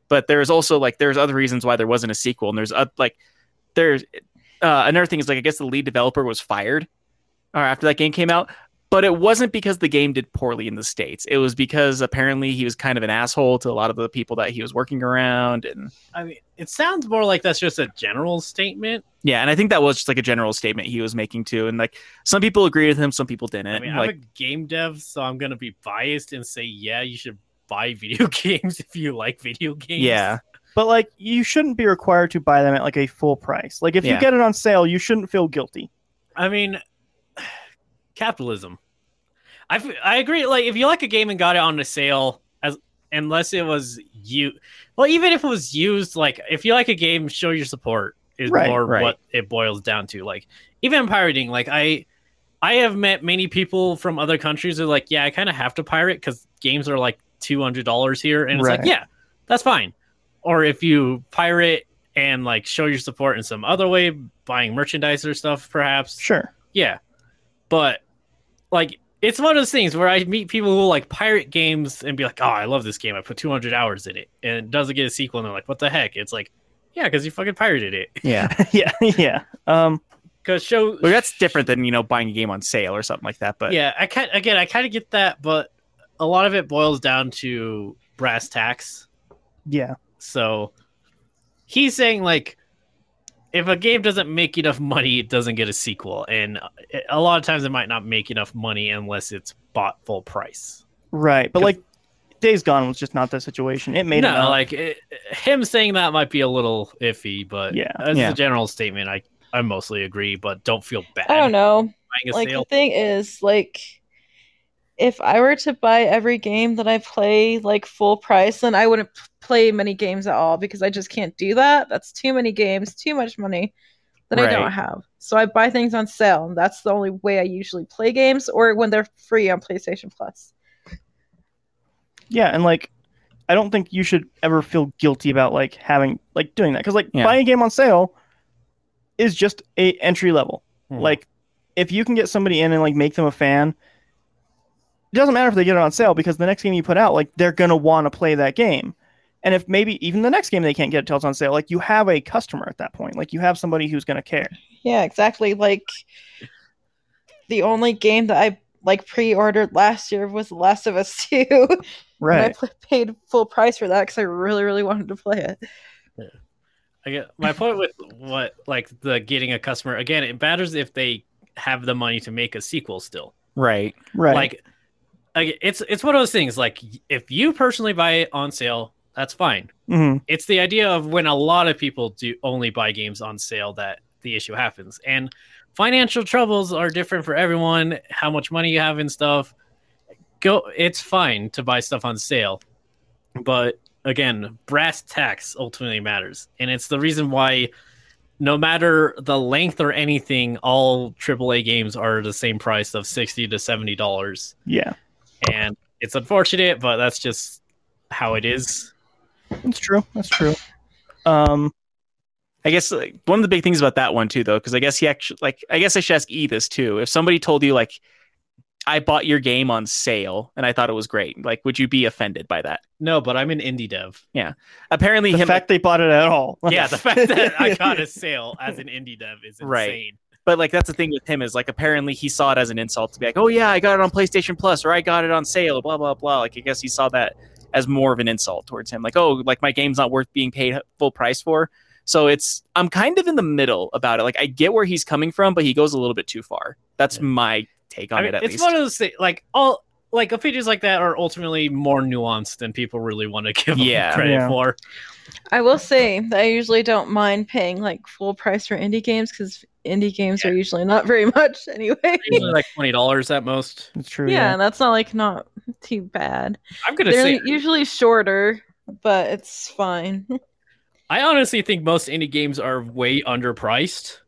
but there's also like there's other reasons why there wasn't a sequel and there's uh, like there's uh, another thing is like i guess the lead developer was fired or after that game came out but it wasn't because the game did poorly in the states it was because apparently he was kind of an asshole to a lot of the people that he was working around and I mean, it sounds more like that's just a general statement. yeah and i think that was just like a general statement he was making too and like some people agreed with him some people didn't I mean, like I'm a game dev, so I'm gonna be biased and say, yeah, you should buy video games if you like video games. yeah But like, you shouldn't be required to buy them at like a full price. Like, if you Yeah. get it on sale, you shouldn't feel guilty. I mean, capitalism. I f- I agree. Like, if you like a game and got it on a sale, as unless it was you, well, even if it was used, like, if you like a game, show your support is Right, more right. what it boils down to. Like, even pirating, like, I. I have met many people from other countries who are like, yeah, I kind of have to pirate because games are like two hundred dollars here, and it's Right. like, yeah, that's fine. Or if you pirate and like show your support in some other way, buying merchandise or stuff, perhaps, Sure. yeah. But like it's one of those things where I meet people who like pirate games and be like, "Oh, I love this game. I put 200 hours in it." And it doesn't get a sequel and they're like, "What the heck?" It's like, "Yeah, cuz you fucking pirated it." yeah yeah. Yeah. Um, Cuz show Well, that's different than you know buying a game on sale or something like that. But Yeah, I kind again, I kind of get that, but a lot of it boils down to brass tacks. yeah. So he's saying like if a game doesn't make enough money, it doesn't get a sequel, and uh, a lot of times it might not make enough money unless it's bought full price. Right. But like, Days Gone was just not that situation. It made it. no, not- like it, him saying that might be a little iffy, but Yeah. as Yeah. a general statement, I I mostly agree, but don't feel bad. I don't know. buying a like sale. the thing is like if i were to buy every game that i play like full price then i wouldn't p- play many games at all because i just can't do that that's too many games too much money that i Right. don't have so i buy things on sale and that's the only way i usually play games or when they're free on playstation plus Yeah, and like I don't think you should ever feel guilty about like having like doing that cuz like Yeah. buying a game on sale is just a entry level. Hmm. Like if you can get somebody in and like make them a fan, it doesn't matter if they get it on sale because the next game you put out like they're going to want to play that game. And if maybe even the next game they can't get it till it's on sale, like you have a customer at that point. Like you have somebody who's going to care. yeah exactly like the only game that i like pre-ordered last year was The last of us 2 and i Right. pl- paid full price for that because i really really wanted to play it I get, my point with what like the getting a customer again, it matters if they have the money to make a sequel still. right, Right. Like, like it's it's one of those things. Like if you personally buy it on sale, that's fine. Mhm. it's the idea of when a lot of people do only buy games on sale that the issue happens and financial troubles are different for everyone how much money you have and stuff go it's fine to buy stuff on sale but again brass tacks ultimately matters and it's the reason why no matter the length or anything all aaa games are the same price of 60 to 70 dollars Yeah. and it's unfortunate but that's just how it is That's true. That's true. Um I guess like, one of the big things about that one too, though, because I guess he actually like I guess I should ask E this too. If somebody told you like I bought your game on sale and I thought it was great, like would you be offended by that? No, but I'm an indie dev. Apparently, the him. fact they bought it at all. Yeah, the fact that I got a sale as an indie dev is insane. Right. but like that's the thing with him is like apparently he saw it as an insult to be like, oh yeah, I got it on PlayStation Plus or I got it on sale, blah blah blah. Like I guess he saw that as more of an insult towards him. Like, oh, like my game's not worth being paid full price for. So it's I'm kind of in the middle about it. Like I get where he's coming from, but he goes a little bit too far. That's Yeah. my take on I mean, it. At it's least one of those things. Like all like opinions like that are ultimately more nuanced than people really want to give 'em Yeah. credit Yeah. for. I will say that I usually don't mind paying like full price for indie games because indie games are usually not very much anyway. Usually like twenty dollars at most. It's true. Yeah, Yeah. and that's not like not too bad. I'm gonna They're say usually shorter, but it's fine. I honestly think most indie games are way underpriced.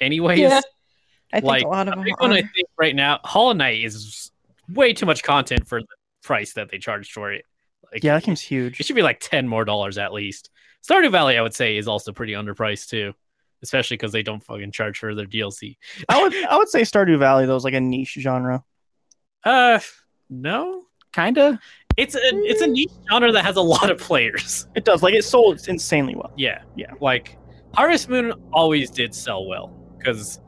Anyways, Yeah. I think Like, a lot of the them big are. one I think right now, Hollow Knight is way too much content for the price that they charged for it. Like, Yeah, that game's huge. it should be like ten more dollars at least. Stardew Valley, I would say, is also pretty underpriced too, especially because they don't fucking charge for their DLC. I would I would say Stardew Valley though is like a niche genre. Uh, no, kind of it's a it's a niche genre that has a lot of players. It does like it sold insanely well. Yeah, Yeah. Like Harvest Moon always did sell well because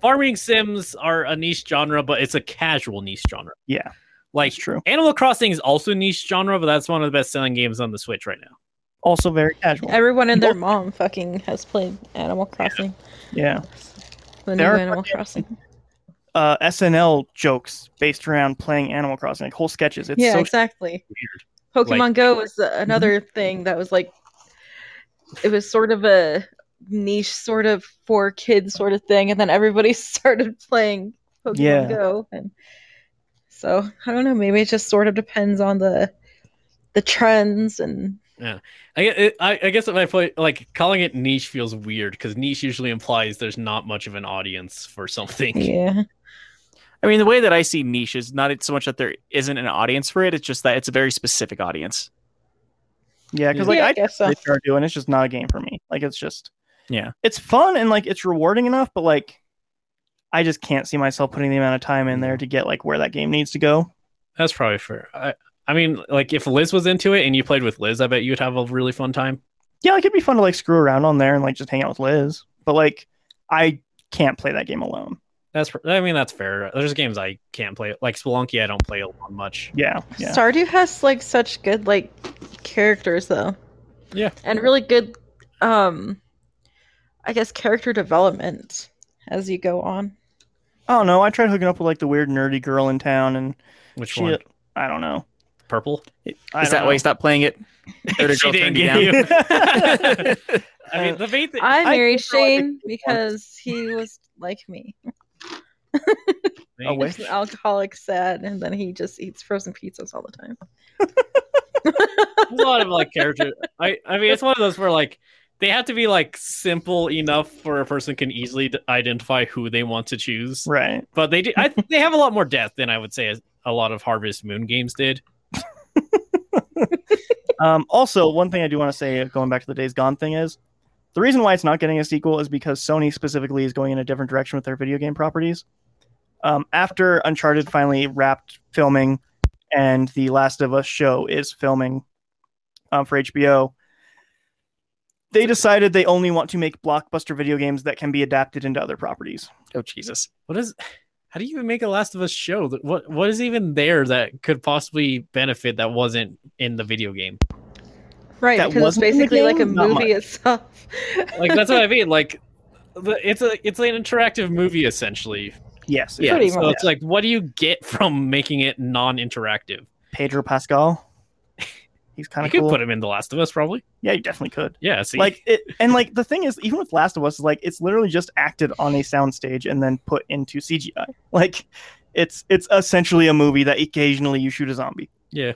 farming sims are a niche genre, but it's a casual niche genre. Yeah, Like it's true. Animal Crossing is also a niche genre, but that's one of the best selling games on the Switch right now. Also very casual. Everyone and their mom fucking has played Animal Crossing. Yeah. The new There are Animal fucking- Crossing. Uh, SNL jokes based around playing Animal Crossing, like whole sketches. It's yeah, so Mm-hmm. exactly. Weird. Pokemon Like- Go was the, another thing that was like, it was sort of a niche, sort of for kids, sort of thing, and then everybody started playing Pokemon Yeah. Go, and so I don't know. Maybe it just sort of depends on the the trends and I, gue- I, I guess at my point, like calling it niche feels weird because niche usually implies there's not much of an audience for something. yeah. I mean, the way that I see niche is not so much that there isn't an audience for it. It's just that it's a very specific audience. yeah, because like Yeah, I I guess play so. Stardew and it's just not a game for me. Like it's just Yeah. it's fun and like it's rewarding enough, but like I just can't see myself putting the amount of time in there to get like where that game needs to go. That's probably fair. I, I mean, like if Liz was into it and you played with Liz, I bet you'd have a really fun time. Yeah, like it'd be fun to like screw around on there and like just hang out with Liz, but like I can't play that game alone. That's pr- I mean that's fair. There's games I can't play, like Spelunky. I don't play alone much. Yeah, yeah. Stardew has like such good like characters though. Yeah. And really good um I guess character development as you go on. I don't know. I tried hooking up with like the weird nerdy girl in town, and Which she, one? I don't know. Purple. I Is don't that why you stopped playing it? Or did girl She turn didn't you get down? you. I Uh, mean, the main thing. I I married think I like Shane the good because he was like me. know. He was an alcoholic sad and then he just eats frozen pizzas all the time. There's a lot of like character. I I mean, it's one of those where like they have to be like simple enough for a person can easily d- identify who they want to choose. Right. But they do. I, think they have a lot more depth than I would say a lot of Harvest Moon games did. Um, also, one thing I do want to say, uh, going back to the Days Gone thing, is the reason why it's not getting a sequel is because Sony specifically is going in a different direction with their video game properties. Um, after Uncharted finally wrapped filming, and the Last of Us show is filming um, for HBO, they decided they only want to make blockbuster video games that can be adapted into other properties. Oh Jesus! What is? How do you even make a Last of Us show? That- What what is even there that could possibly benefit that wasn't in the video game? Right, That because it's wasn't in the basically like a game? Not movie itself. Like that's what I mean. Like the- it's a it's an interactive movie essentially. Yes, Yeah, Pretty So much. it's like, what do you get from making it non-interactive? Pedro Pascal. He's kind You of could cool. put him in The Last of Us, probably. yeah, you definitely could. Yeah. See, like it and like the thing is even with last of us like it's literally just acted on a soundstage and then put into cgi like it's it's essentially a movie that occasionally you shoot a zombie Yeah.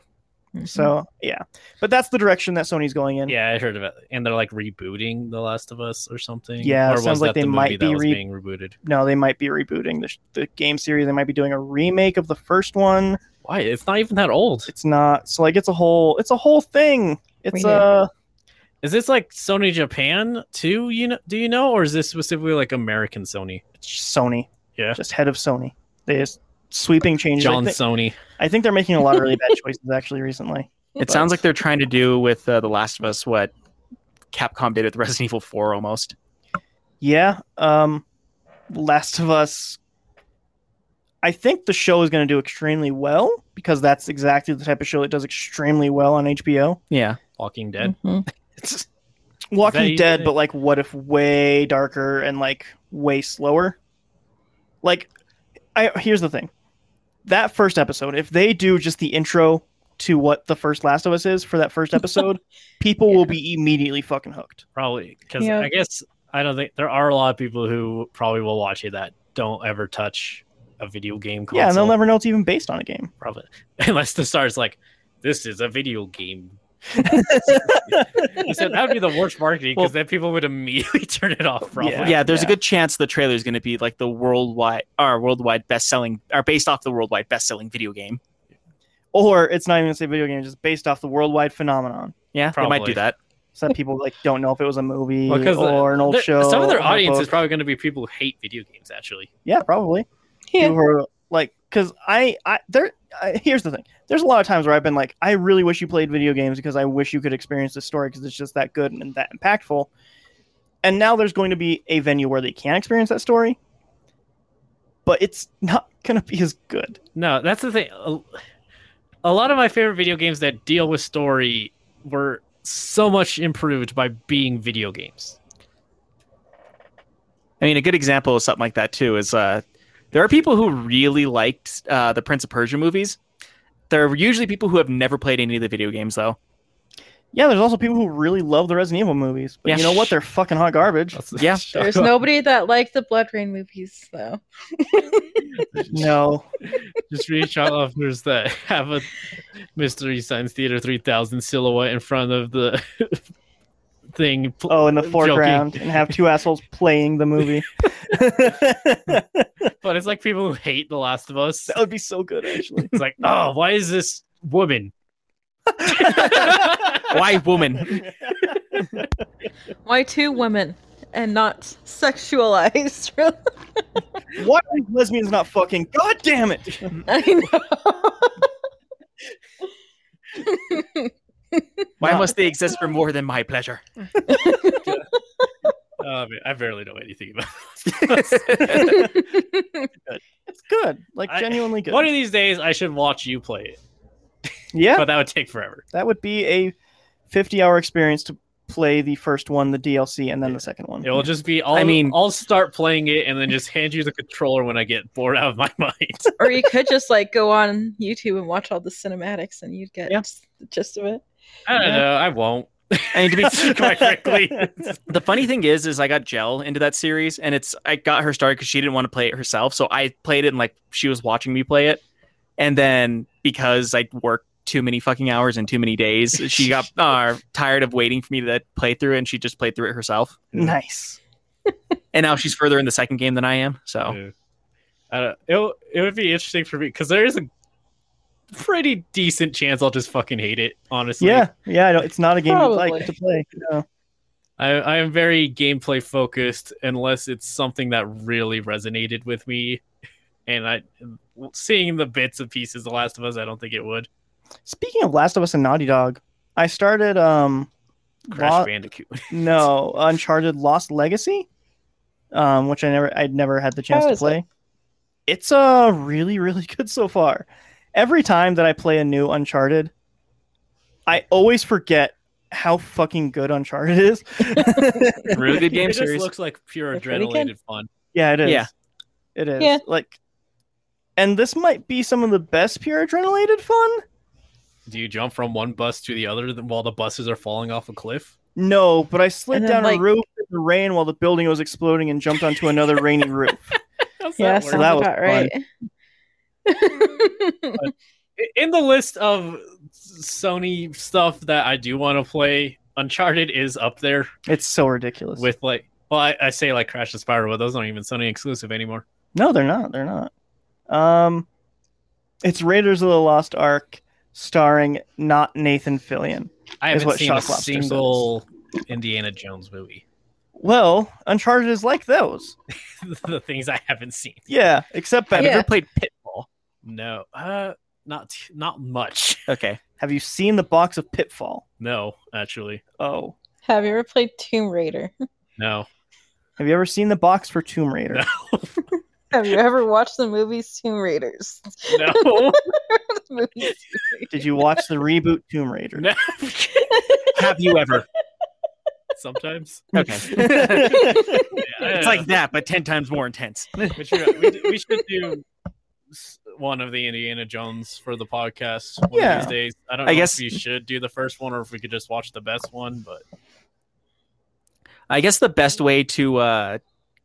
Mm-hmm. so yeah but that's the direction that sony's going in Mm-hmm. Yeah, I heard about it. And they're like rebooting The Last of Us or something. Yeah, it or sounds like they might be that was re- being rebooted. no they might be rebooting the, sh- the game series they might be doing a remake of the first one Why? It's not even that old. it's not so like it's a whole it's a whole thing it's Remake. uh Is this like Sony Japan too? You know? Do you know, or is this specifically like American Sony? sony Yeah. just head of sony they just sweeping changes I, John thi- Sony. I think they're making a lot of really bad choices actually recently It sounds like they're trying to do with uh, the Last of Us what Capcom did with Resident Evil Four almost. Yeah. Um Last of Us I think the show is going to do extremely well because that's exactly the type of show that does extremely well on HBO. Yeah. Walking Dead. Mhm. Walking you Dead, think? but like, what if way darker and like way slower? Like, I here's the thing: that first episode, if they do just the intro to what the first Last of Us is for that first episode, people will be immediately fucking hooked. Probably because Yeah. I guess I don't think there are a lot of people who probably will watch it that don't ever touch a video game console. Yeah, and they'll never know it's even based on a game. probably unless the star's like, "This is a video game." I said that would be the worst marketing because Well- then people would immediately turn it off. Probably. Yeah, there's a good chance the trailer is going to be like the worldwide, our worldwide best-selling, or based off the worldwide best-selling video game. Or it's not even gonna say video game, it's just based off the worldwide phenomenon. Yeah, they might Probably. do that. So that people like don't know if it was a movie Well, 'cause the- or an old There- show. Some of or their a audience book. is probably going to be people who hate video games. Actually, yeah, probably. Yeah. who are like because I I there I, here's the thing there's a lot of times where I've been like I really wish you played video games because I wish you could experience this story because it's just that good and that impactful and now there's going to be a venue where they can experience that story but it's not gonna be as good no, that's the thing. A, a lot of my favorite video games that deal with story were so much improved by being video games. I mean, a good example of something like that too is uh, there are people who really liked uh, the Prince of Persia movies. There are usually people who have never played any of the video games though. yeah there's also people who really love the Resident Evil movies but Yeah. you know what they're fucking hot garbage Yeah. There's nobody that liked the Blood Rain movies, though. no Just reach out offers that have a Mystery Science Theater 3000 silhouette in front of the thing. pl- oh in the Joking. foreground and have two assholes playing the movie that But it's like people who hate The Last of Us. would be so good actually It's like, oh, why is this woman? Why woman? Why two women and not sexualized? Why are these lesbians not fucking? God damn it! I know. Why Wow. must they exist for more than my pleasure? Oh, man, I barely know anything about It's good, like I- genuinely good. One of these days, I should watch you play it, yeah, but that would take forever. that would be a fifty-hour experience to play the first one, the DLC, and then Yeah. the second one. It will just be. I'll, I I mean- mean, I'll start playing it and then just hand you the controller when I get bored out of my mind. or you could just like go on YouTube and watch all the cinematics, and you'd get Yeah. the gist of it. I don't know. I won't. I mean, to be Quite frankly, the funny thing is, is I got Jell into that series, and it's I got her started because she didn't want to play it herself, so I played it and like she was watching me play it, and then because I worked too many fucking hours and too many days, she got uh, tired of waiting for me to play through, it, and she just played through it herself. nice. And now she's further in the second game than I am. So Yeah. I don't, it'll, it would be interesting for me because there is a pretty decent chance I'll just fucking hate it. Honestly, yeah, yeah. I don't, it's not a game you Probably. like to play. No. I, I am very gameplay focused unless it's something that really resonated with me, and I seeing the bits and pieces of Last of Us, I don't think it would. Speaking of Last of Us and Naughty Dog, I started um Crash Lo- Bandicoot. no Uncharted Lost Legacy, um, which I never I'd never had the chance How to is it? play. It's uh really really good so far. Every time that I play a new Uncharted, I always forget how fucking good Uncharted is. really good game it just series. looks like pure That's pretty adrenaline and fun. yeah, it is. Yeah. It is. Yeah. Like and this might be some of the best pure adrenalated fun. Do you jump from one bus to the other th- while the buses are falling off a cliff? No, but I slid And then, down like- a roof in the rain while the building was exploding and jumped onto another rainy roof. yeah, work? sounds That was about right. in the list of Sony stuff that I do want to play, Uncharted is up there It's so ridiculous. with like. Well, I, I say like Crash and Spyro, but those aren't even Sony exclusive anymore. No, they're not. They're not. Um, it's Raiders of the Lost Ark, starring not Nathan Fillion. I Is haven't what seen a Shock Lobster says. single Indiana Jones movie. Well, Uncharted is like those. the things I haven't seen. Yeah, except Have better. you Yeah. ever played Pitfall? No, uh, not t- not much. Okay. Have you seen the box of Pitfall? No, actually, Oh, Have you ever played Tomb Raider? no. have you ever seen the box for Tomb Raider? No. Have you ever watched the movie Tomb Raiders? No. The movie- Did you watch the reboot Tomb Raider? No. Have you ever? sometimes. Okay. Yeah. It's like that, but 10 times more intense. But you're right, we, d- we should do s- one of the Indiana Jones for the podcast one Yeah. of these days. I don't know I if guess- you should do the first one or if we could just watch the best one, but I guess the best way to uh,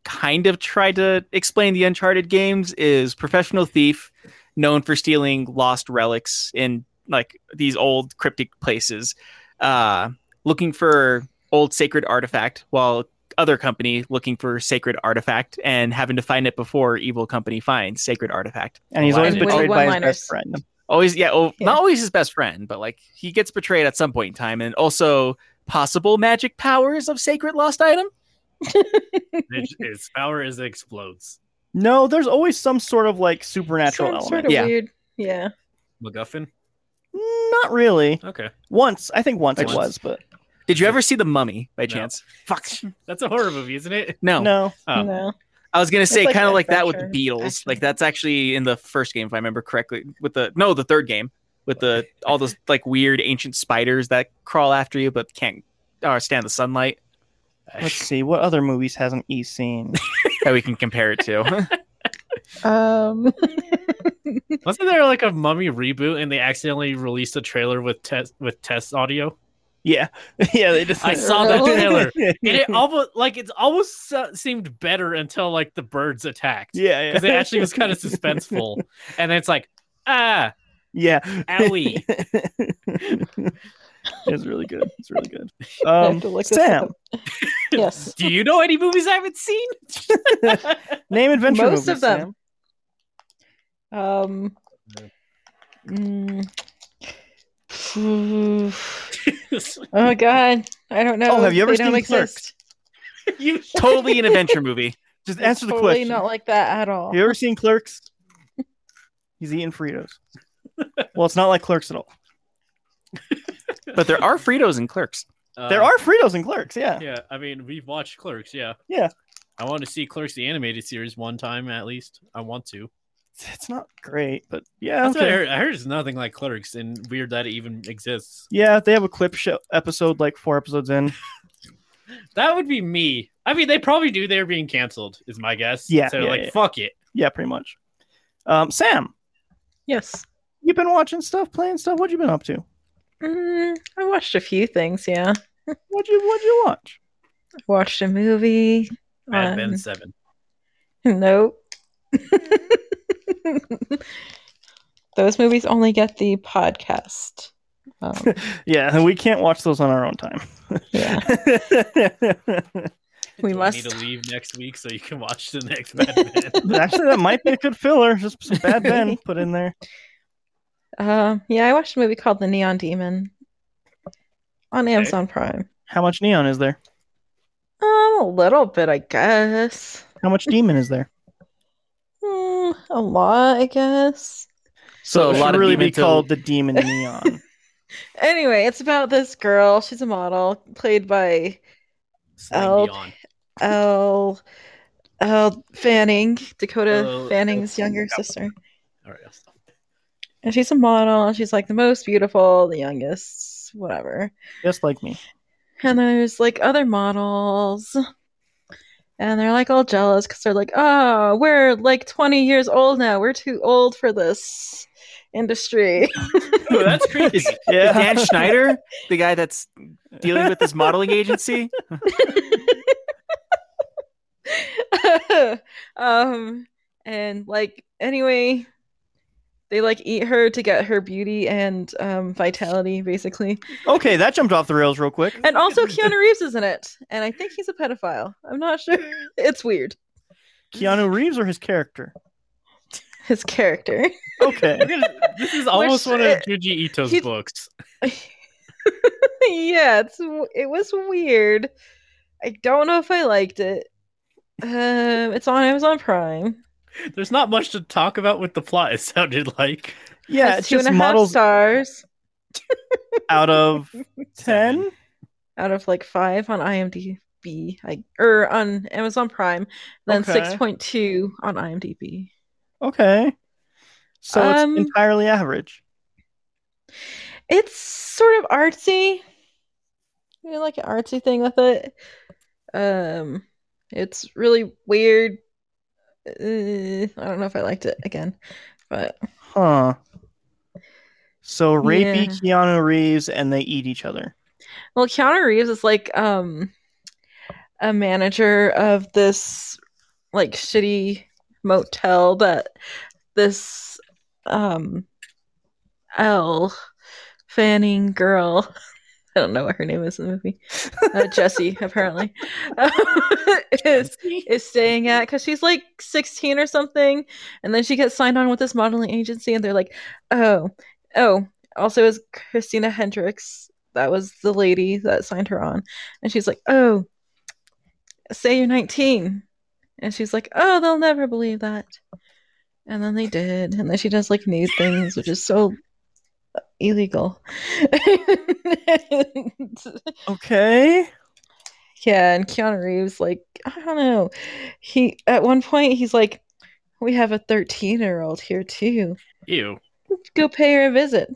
kind of try to explain the Uncharted games is professional thief known for stealing lost relics in like these old cryptic places, uh, looking for old sacred artifact, while other company looking for sacred artifact and having to find it before evil company finds sacred artifact. And he's always And with betrayed by his one-liners. best friend. Always, yeah, oh, Yeah. not always his best friend, but like he gets betrayed at some point in time, and also possible magic powers of sacred lost item. It, its power is it explodes. No, there's always some sort of like supernatural sort, element. sort of Yeah. weird. Yeah. MacGuffin. Not really. Okay, Once, I think once, Once. it was, but Did you ever see The Mummy by No. chance? Fuck. that's a horror movie, isn't it? No. no. Oh. No. I was gonna say like kind an of like that with the adventure, Beatles. action. Like that's actually in the first game, if I remember correctly. With the no, the third game with the all those like weird ancient spiders that crawl after you but can't uh, stand the sunlight Let's see what other movies hasn't E seen. that we can compare it to. Um. Wasn't there like a mummy reboot and they accidentally released a trailer with test with test audio? yeah, yeah, they just. I saw that the trailer. yeah, And it almost like it's almost uh, seemed better until like the birds attacked yeah. because it actually was kind of suspenseful. And then it's like ah Yeah. owie. it's really good. It's really good. I Um, have to look this Sam, up. yes. Do you know any movies I haven't seen? name adventure Most movies, of them. Sam. Um. mm. oh God, I don't know. Oh, have you ever They don't seen Clerks? exist. you totally an adventure movie. Just It's answer the totally question. Not like that at all. Have you ever seen Clerks? He's eating Fritos. Well, it's not like Clerks at all. But there are Fritos and Clerks. There are Fritos and Clerks. Yeah. Uh, Yeah, I mean we've watched Clerks. Yeah. Yeah. I want to see Clerks the animated series one time at least. I want to. It's not great, but yeah. That's what I, Okay. heard. I heard it's nothing like Clerks, and weird that it even exists. Yeah, they have a clip show episode like four episodes in. That would be me. I mean, they probably knew they were being canceled, is my guess. Yeah, So yeah, like, yeah. fuck it. Yeah, pretty much. Um, Sam, Yes. you've been watching stuff, playing stuff. What you been up to? Mm, I watched a few things. Yeah, What you What you watch? watched a movie. Mad um, Men Seven. Nope. Those movies only get the podcast. Um, Yeah, and we can't watch those on our own time. yeah. We Do I must- need to leave next week so you can watch the next Mad Men. Actually, that might be a good filler. Just some bad Ben put in there. Um, yeah, I watched a movie called The Neon Demon on Amazon Prime. How much neon is there? Um, a little bit, I guess. How much demon is there? Hmm, a lot, I guess. So, it a should lot of really demon be to- called the demon neon. Anyway, it's about this girl. She's a model played by Celine Dion. Elle, Elle Fanning, Dakota Oh, Fanning's younger sister. All right. I'll stop. And she's a model. and She's like the most beautiful, the youngest, whatever. Just like me. And there's like other models. And they're like all jealous because they're like, oh, we're like 20 years old now. We're too old for this industry. Oh, that's creepy. Is, is Dan Schneider the guy that's dealing with this modeling agency? um, and like, anyway, they like eat her to get her beauty and um, vitality, basically. Okay, that jumped off the rails real quick. And also, Keanu Reeves is in it. And I think he's a pedophile. I'm not sure. It's weird. Keanu Reeves or his character? His character. Okay. We're gonna- this is almost one of shit. Juji Ito's He- books. yeah, it's w- it was weird. I don't know if I liked it. Um, it's on Amazon Prime. There's not much to talk about with the plot. It sounded like Yeah, it's it's two and just a half models stars out of ten. out of like five on IMDb. B, like or on Amazon Prime, then Okay. six point two on IMDb. Okay. So Um, it's entirely average. It's sort of artsy. You know, like an artsy thing with it. Um, it's really weird. Uh, I don't know if I liked it again, but Huh. So rapey Yeah. Keanu Reeves and they eat each other. Well, Keanu Reeves is like um a manager of this like shitty motel that this um L Fanning girl I don't know what her name is in the movie. Uh, Jesse apparently is is staying at because she's like 16 or something, and then she gets signed on with this modeling agency, and they're like, oh, oh. Also, is Christina Hendricks that was the lady that signed her on and she's like oh say you're 19 and she's like oh they'll never believe that and then they did and then she does like nude things which is so illegal Okay. yeah and keanu reeves like i don't know he at one point he's like we have a 13 year old here too Ew. go pay her a visit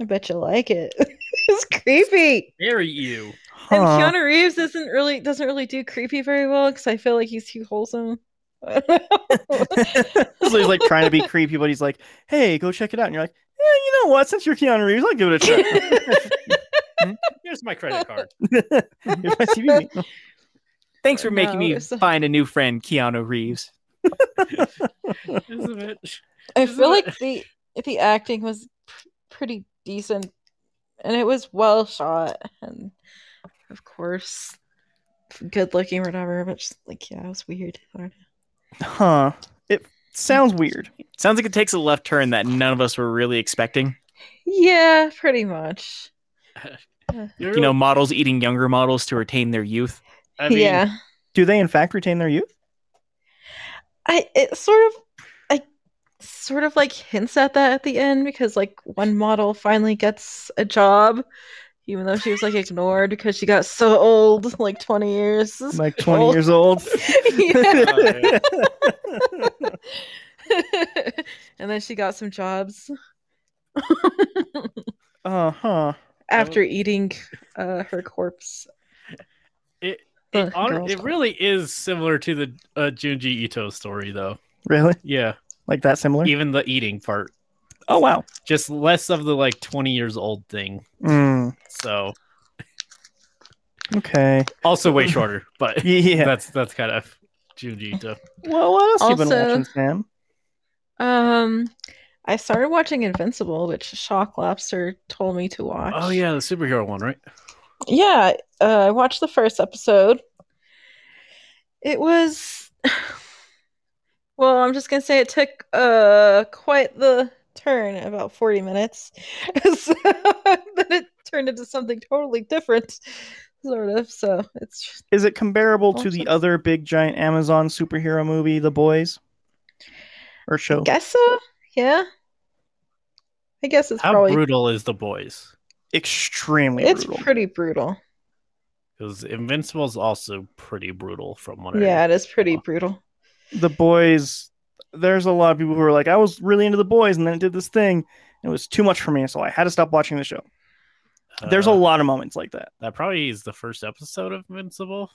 i bet you like it it's creepy Very ew. And Huh. Keanu Reeves isn't really doesn't really do creepy very well because I feel like he's too wholesome. I don't know. so he's like trying to be creepy, but he's like, "Hey, go check it out." And you're like, "Yeah, you know what? Since you're Keanu Reeves, I'll give it a try." Here's my credit card. Here's my TV. Thanks for making No, me it's a- find a new friend, Keanu Reeves. Isn't it? I feel like the the acting was p- pretty decent, and it was well shot, and of course, good looking or whatever. But just like, yeah, it was weird. I don't know. Huh. It sounds weird. Sounds like it takes a left turn that none of us were really expecting. Yeah, pretty much. You know, models eating younger models to retain their youth. I mean, yeah, Do they in fact retain their youth? I it sort of I sort of like hints at that at the end because like one model finally gets a job even though she was like ignored because she got so old like 20 years Like 20 old. years old. uh, Yeah. yeah. and then she got some jobs uh huh. after eating uh, her corpse it The it, hon- girl's it called. really is similar to the uh, Junji Ito story, though. Really? Yeah, Like that similar? even the eating part, Oh wow. just less of the like twenty years old thing. Mm, So okay. also way shorter, but Yeah. that's that's kind of Junji Ito. Well, what else you been Also- watching, Sam? um i started watching invincible which shock lobster told me to watch Oh yeah, the superhero one, right? Yeah, uh, I watched the first episode. It was, well, I'm just gonna say it took uh quite the turn, about 40 minutes. So then it turned into something totally different, sort of. So it's Is it comparable to Also- the other big giant Amazon superhero movie, The Boys? Or show? guess so, yeah. I guess it's How probably brutal is the boys? Extremely it's brutal. pretty brutal. Because Invincible's also pretty brutal from what Yeah, I it is pretty brutal. the boys there's a lot of people who are like i was really into the boys and then it did this thing and it was too much for me so i had to stop watching the show there's a uh, lot of moments like that that probably is the first episode of Invincible.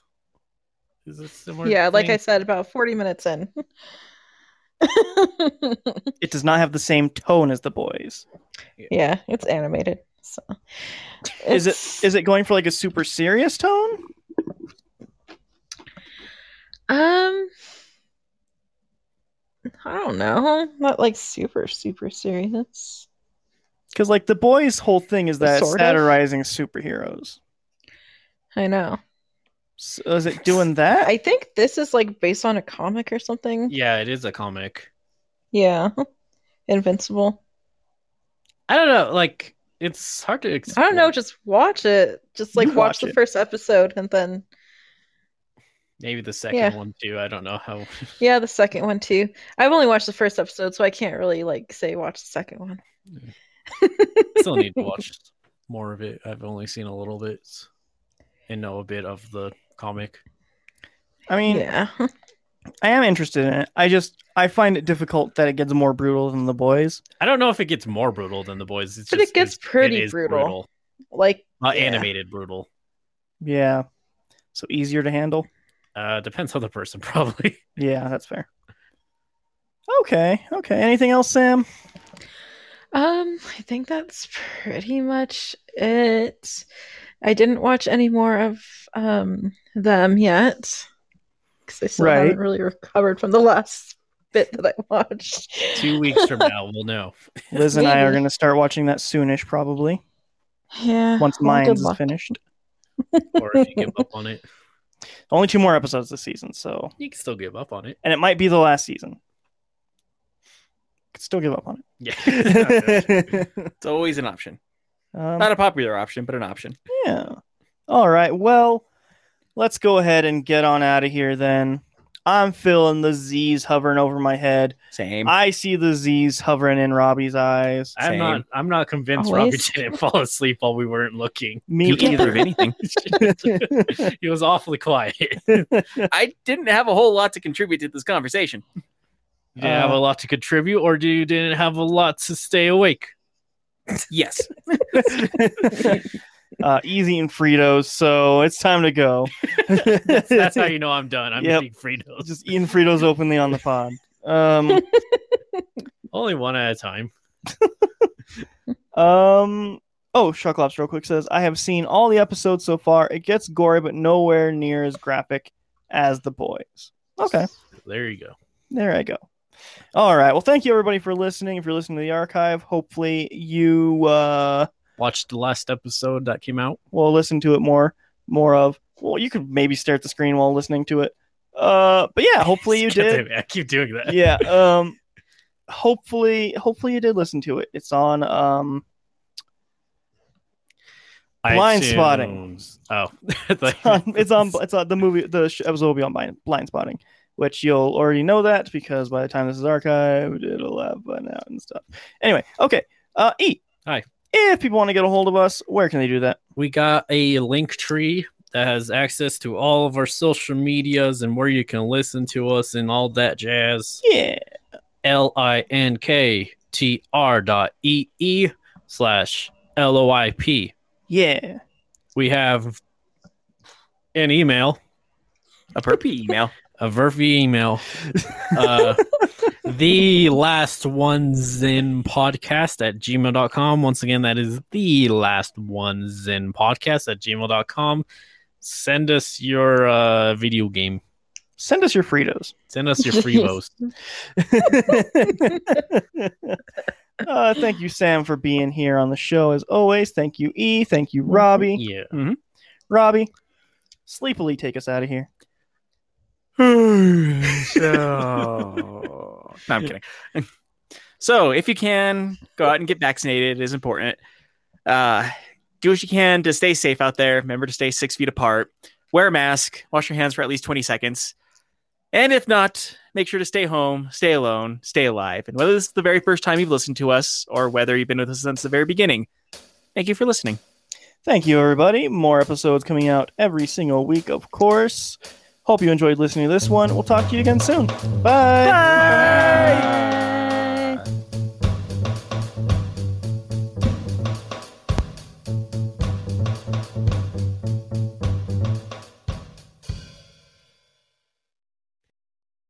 Is it similar? Yeah, like I thing? said, about 40 minutes in. it does not have the same tone as the boys yeah it's animated so is It's- it is it going for like a super serious tone um i don't know not like super super serious because like the boys whole thing is that it's Sort of. satirizing superheroes i know so is it doing that i think this is like based on a comic or something Yeah, it is a comic. yeah invincible I don't know. Like it's hard to. i Explain. don't know just watch it just like You watch, watch the it. first episode and then Maybe the second Yeah. one too. I don't know how. yeah the second one too i've only watched the first episode so i can't really like say watch the second one Still need to watch more of it. I've only seen a little bit and know a bit of the comic. I mean, yeah. I am interested in it. I just I find it difficult that it gets more brutal than the boys. I don't know if it gets more brutal than the boys. It's But just, it gets it's- pretty is brutal. Like Uh, Yeah. Animated brutal. Yeah. So easier to handle. Uh, depends on the person, probably. Yeah, that's fair. Okay. Okay. Anything else, Sam? Um, I think that's pretty much it. I didn't watch any more of um them yet because I still Right. haven't really recovered from the last bit that I watched. Two weeks from now, we'll know. Liz and I are Maybe. going to start watching that soonish, probably Yeah. once well, mine good is luck. finished. Or if you give up on it, Only two more episodes this season, so you can still give up on it. and it might be the last season. Could still give up on it. Yeah. It's always an option. Um, Not a popular option, but an option. Yeah. All right. Well, let's go ahead and get on out of here then. I'm feeling the Z's hovering over my head. Same. I see the Z's hovering in Robbie's eyes. I'm Same. not. I'm not convinced Always. Robbie didn't fall asleep while we weren't looking. Me you can't prove either. anything. He was awfully quiet. I didn't have a whole lot to contribute to this conversation. You didn't have Uh, a lot to contribute, or do you didn't have a lot to stay awake? Yes. uh, easy and Fritos, so it's time to go. That's how you know I'm done. I'm Yep. eating Fritos. Just eating Fritos openly on the pod. Um, Only one at a time. um, oh, Shucklops real quick says, I have seen all the episodes so far. It gets gory, but nowhere near as graphic as the boys. Okay. There you go. There I go. All right. Well, thank you everybody for listening. If you're listening to the archive, hopefully you uh Watch the last episode that came out. will listen to it more more of. Well, you could maybe stare at the screen while listening to it. Uh but yeah, hopefully you God did. damn it, I keep doing that. Yeah. Um hopefully hopefully you did listen to it. It's on um Blind spotting. iTunes. Oh, I thought it's you on meant- it's on, it's on the movie the sh- episode will be on blind, blind spotting, which you'll already know that because by the time this is archived, it'll have been out and stuff. Anyway, okay. Uh, E. Hi. If people want to get a hold of us, where can they do that? we got a link tree that has access to all of our social medias and where you can listen to us and all that jazz. Yeah. L I N K T R dot E E slash L O I P. Yeah. We have an email, A perpy email. a Verfi email. Uh, the last ones in podcast at gmail.com. Once again, that is the last ones in podcast at gmail.com. Send us your uh, video game. Send us your Fritos. Send us your free Jeez. boast. uh, thank you, Sam, for being here on the show as always. Thank you, E. Thank you, Robbie. Yeah. Robbie, sleepily take us out of here. so no, I'm kidding. so if you can, go out and get vaccinated. It is important. Uh, do what you can to stay safe out there. Remember to stay six feet apart. Wear a mask. Wash your hands for at least 20 seconds. And if not, make sure to stay home, stay alone, stay alive. And whether this is the very first time you've listened to us or whether you've been with us since the very beginning, thank you for listening. Thank you, everybody. More episodes coming out every single week, of course. Hope you enjoyed listening to this one. We'll talk to you again soon. Bye.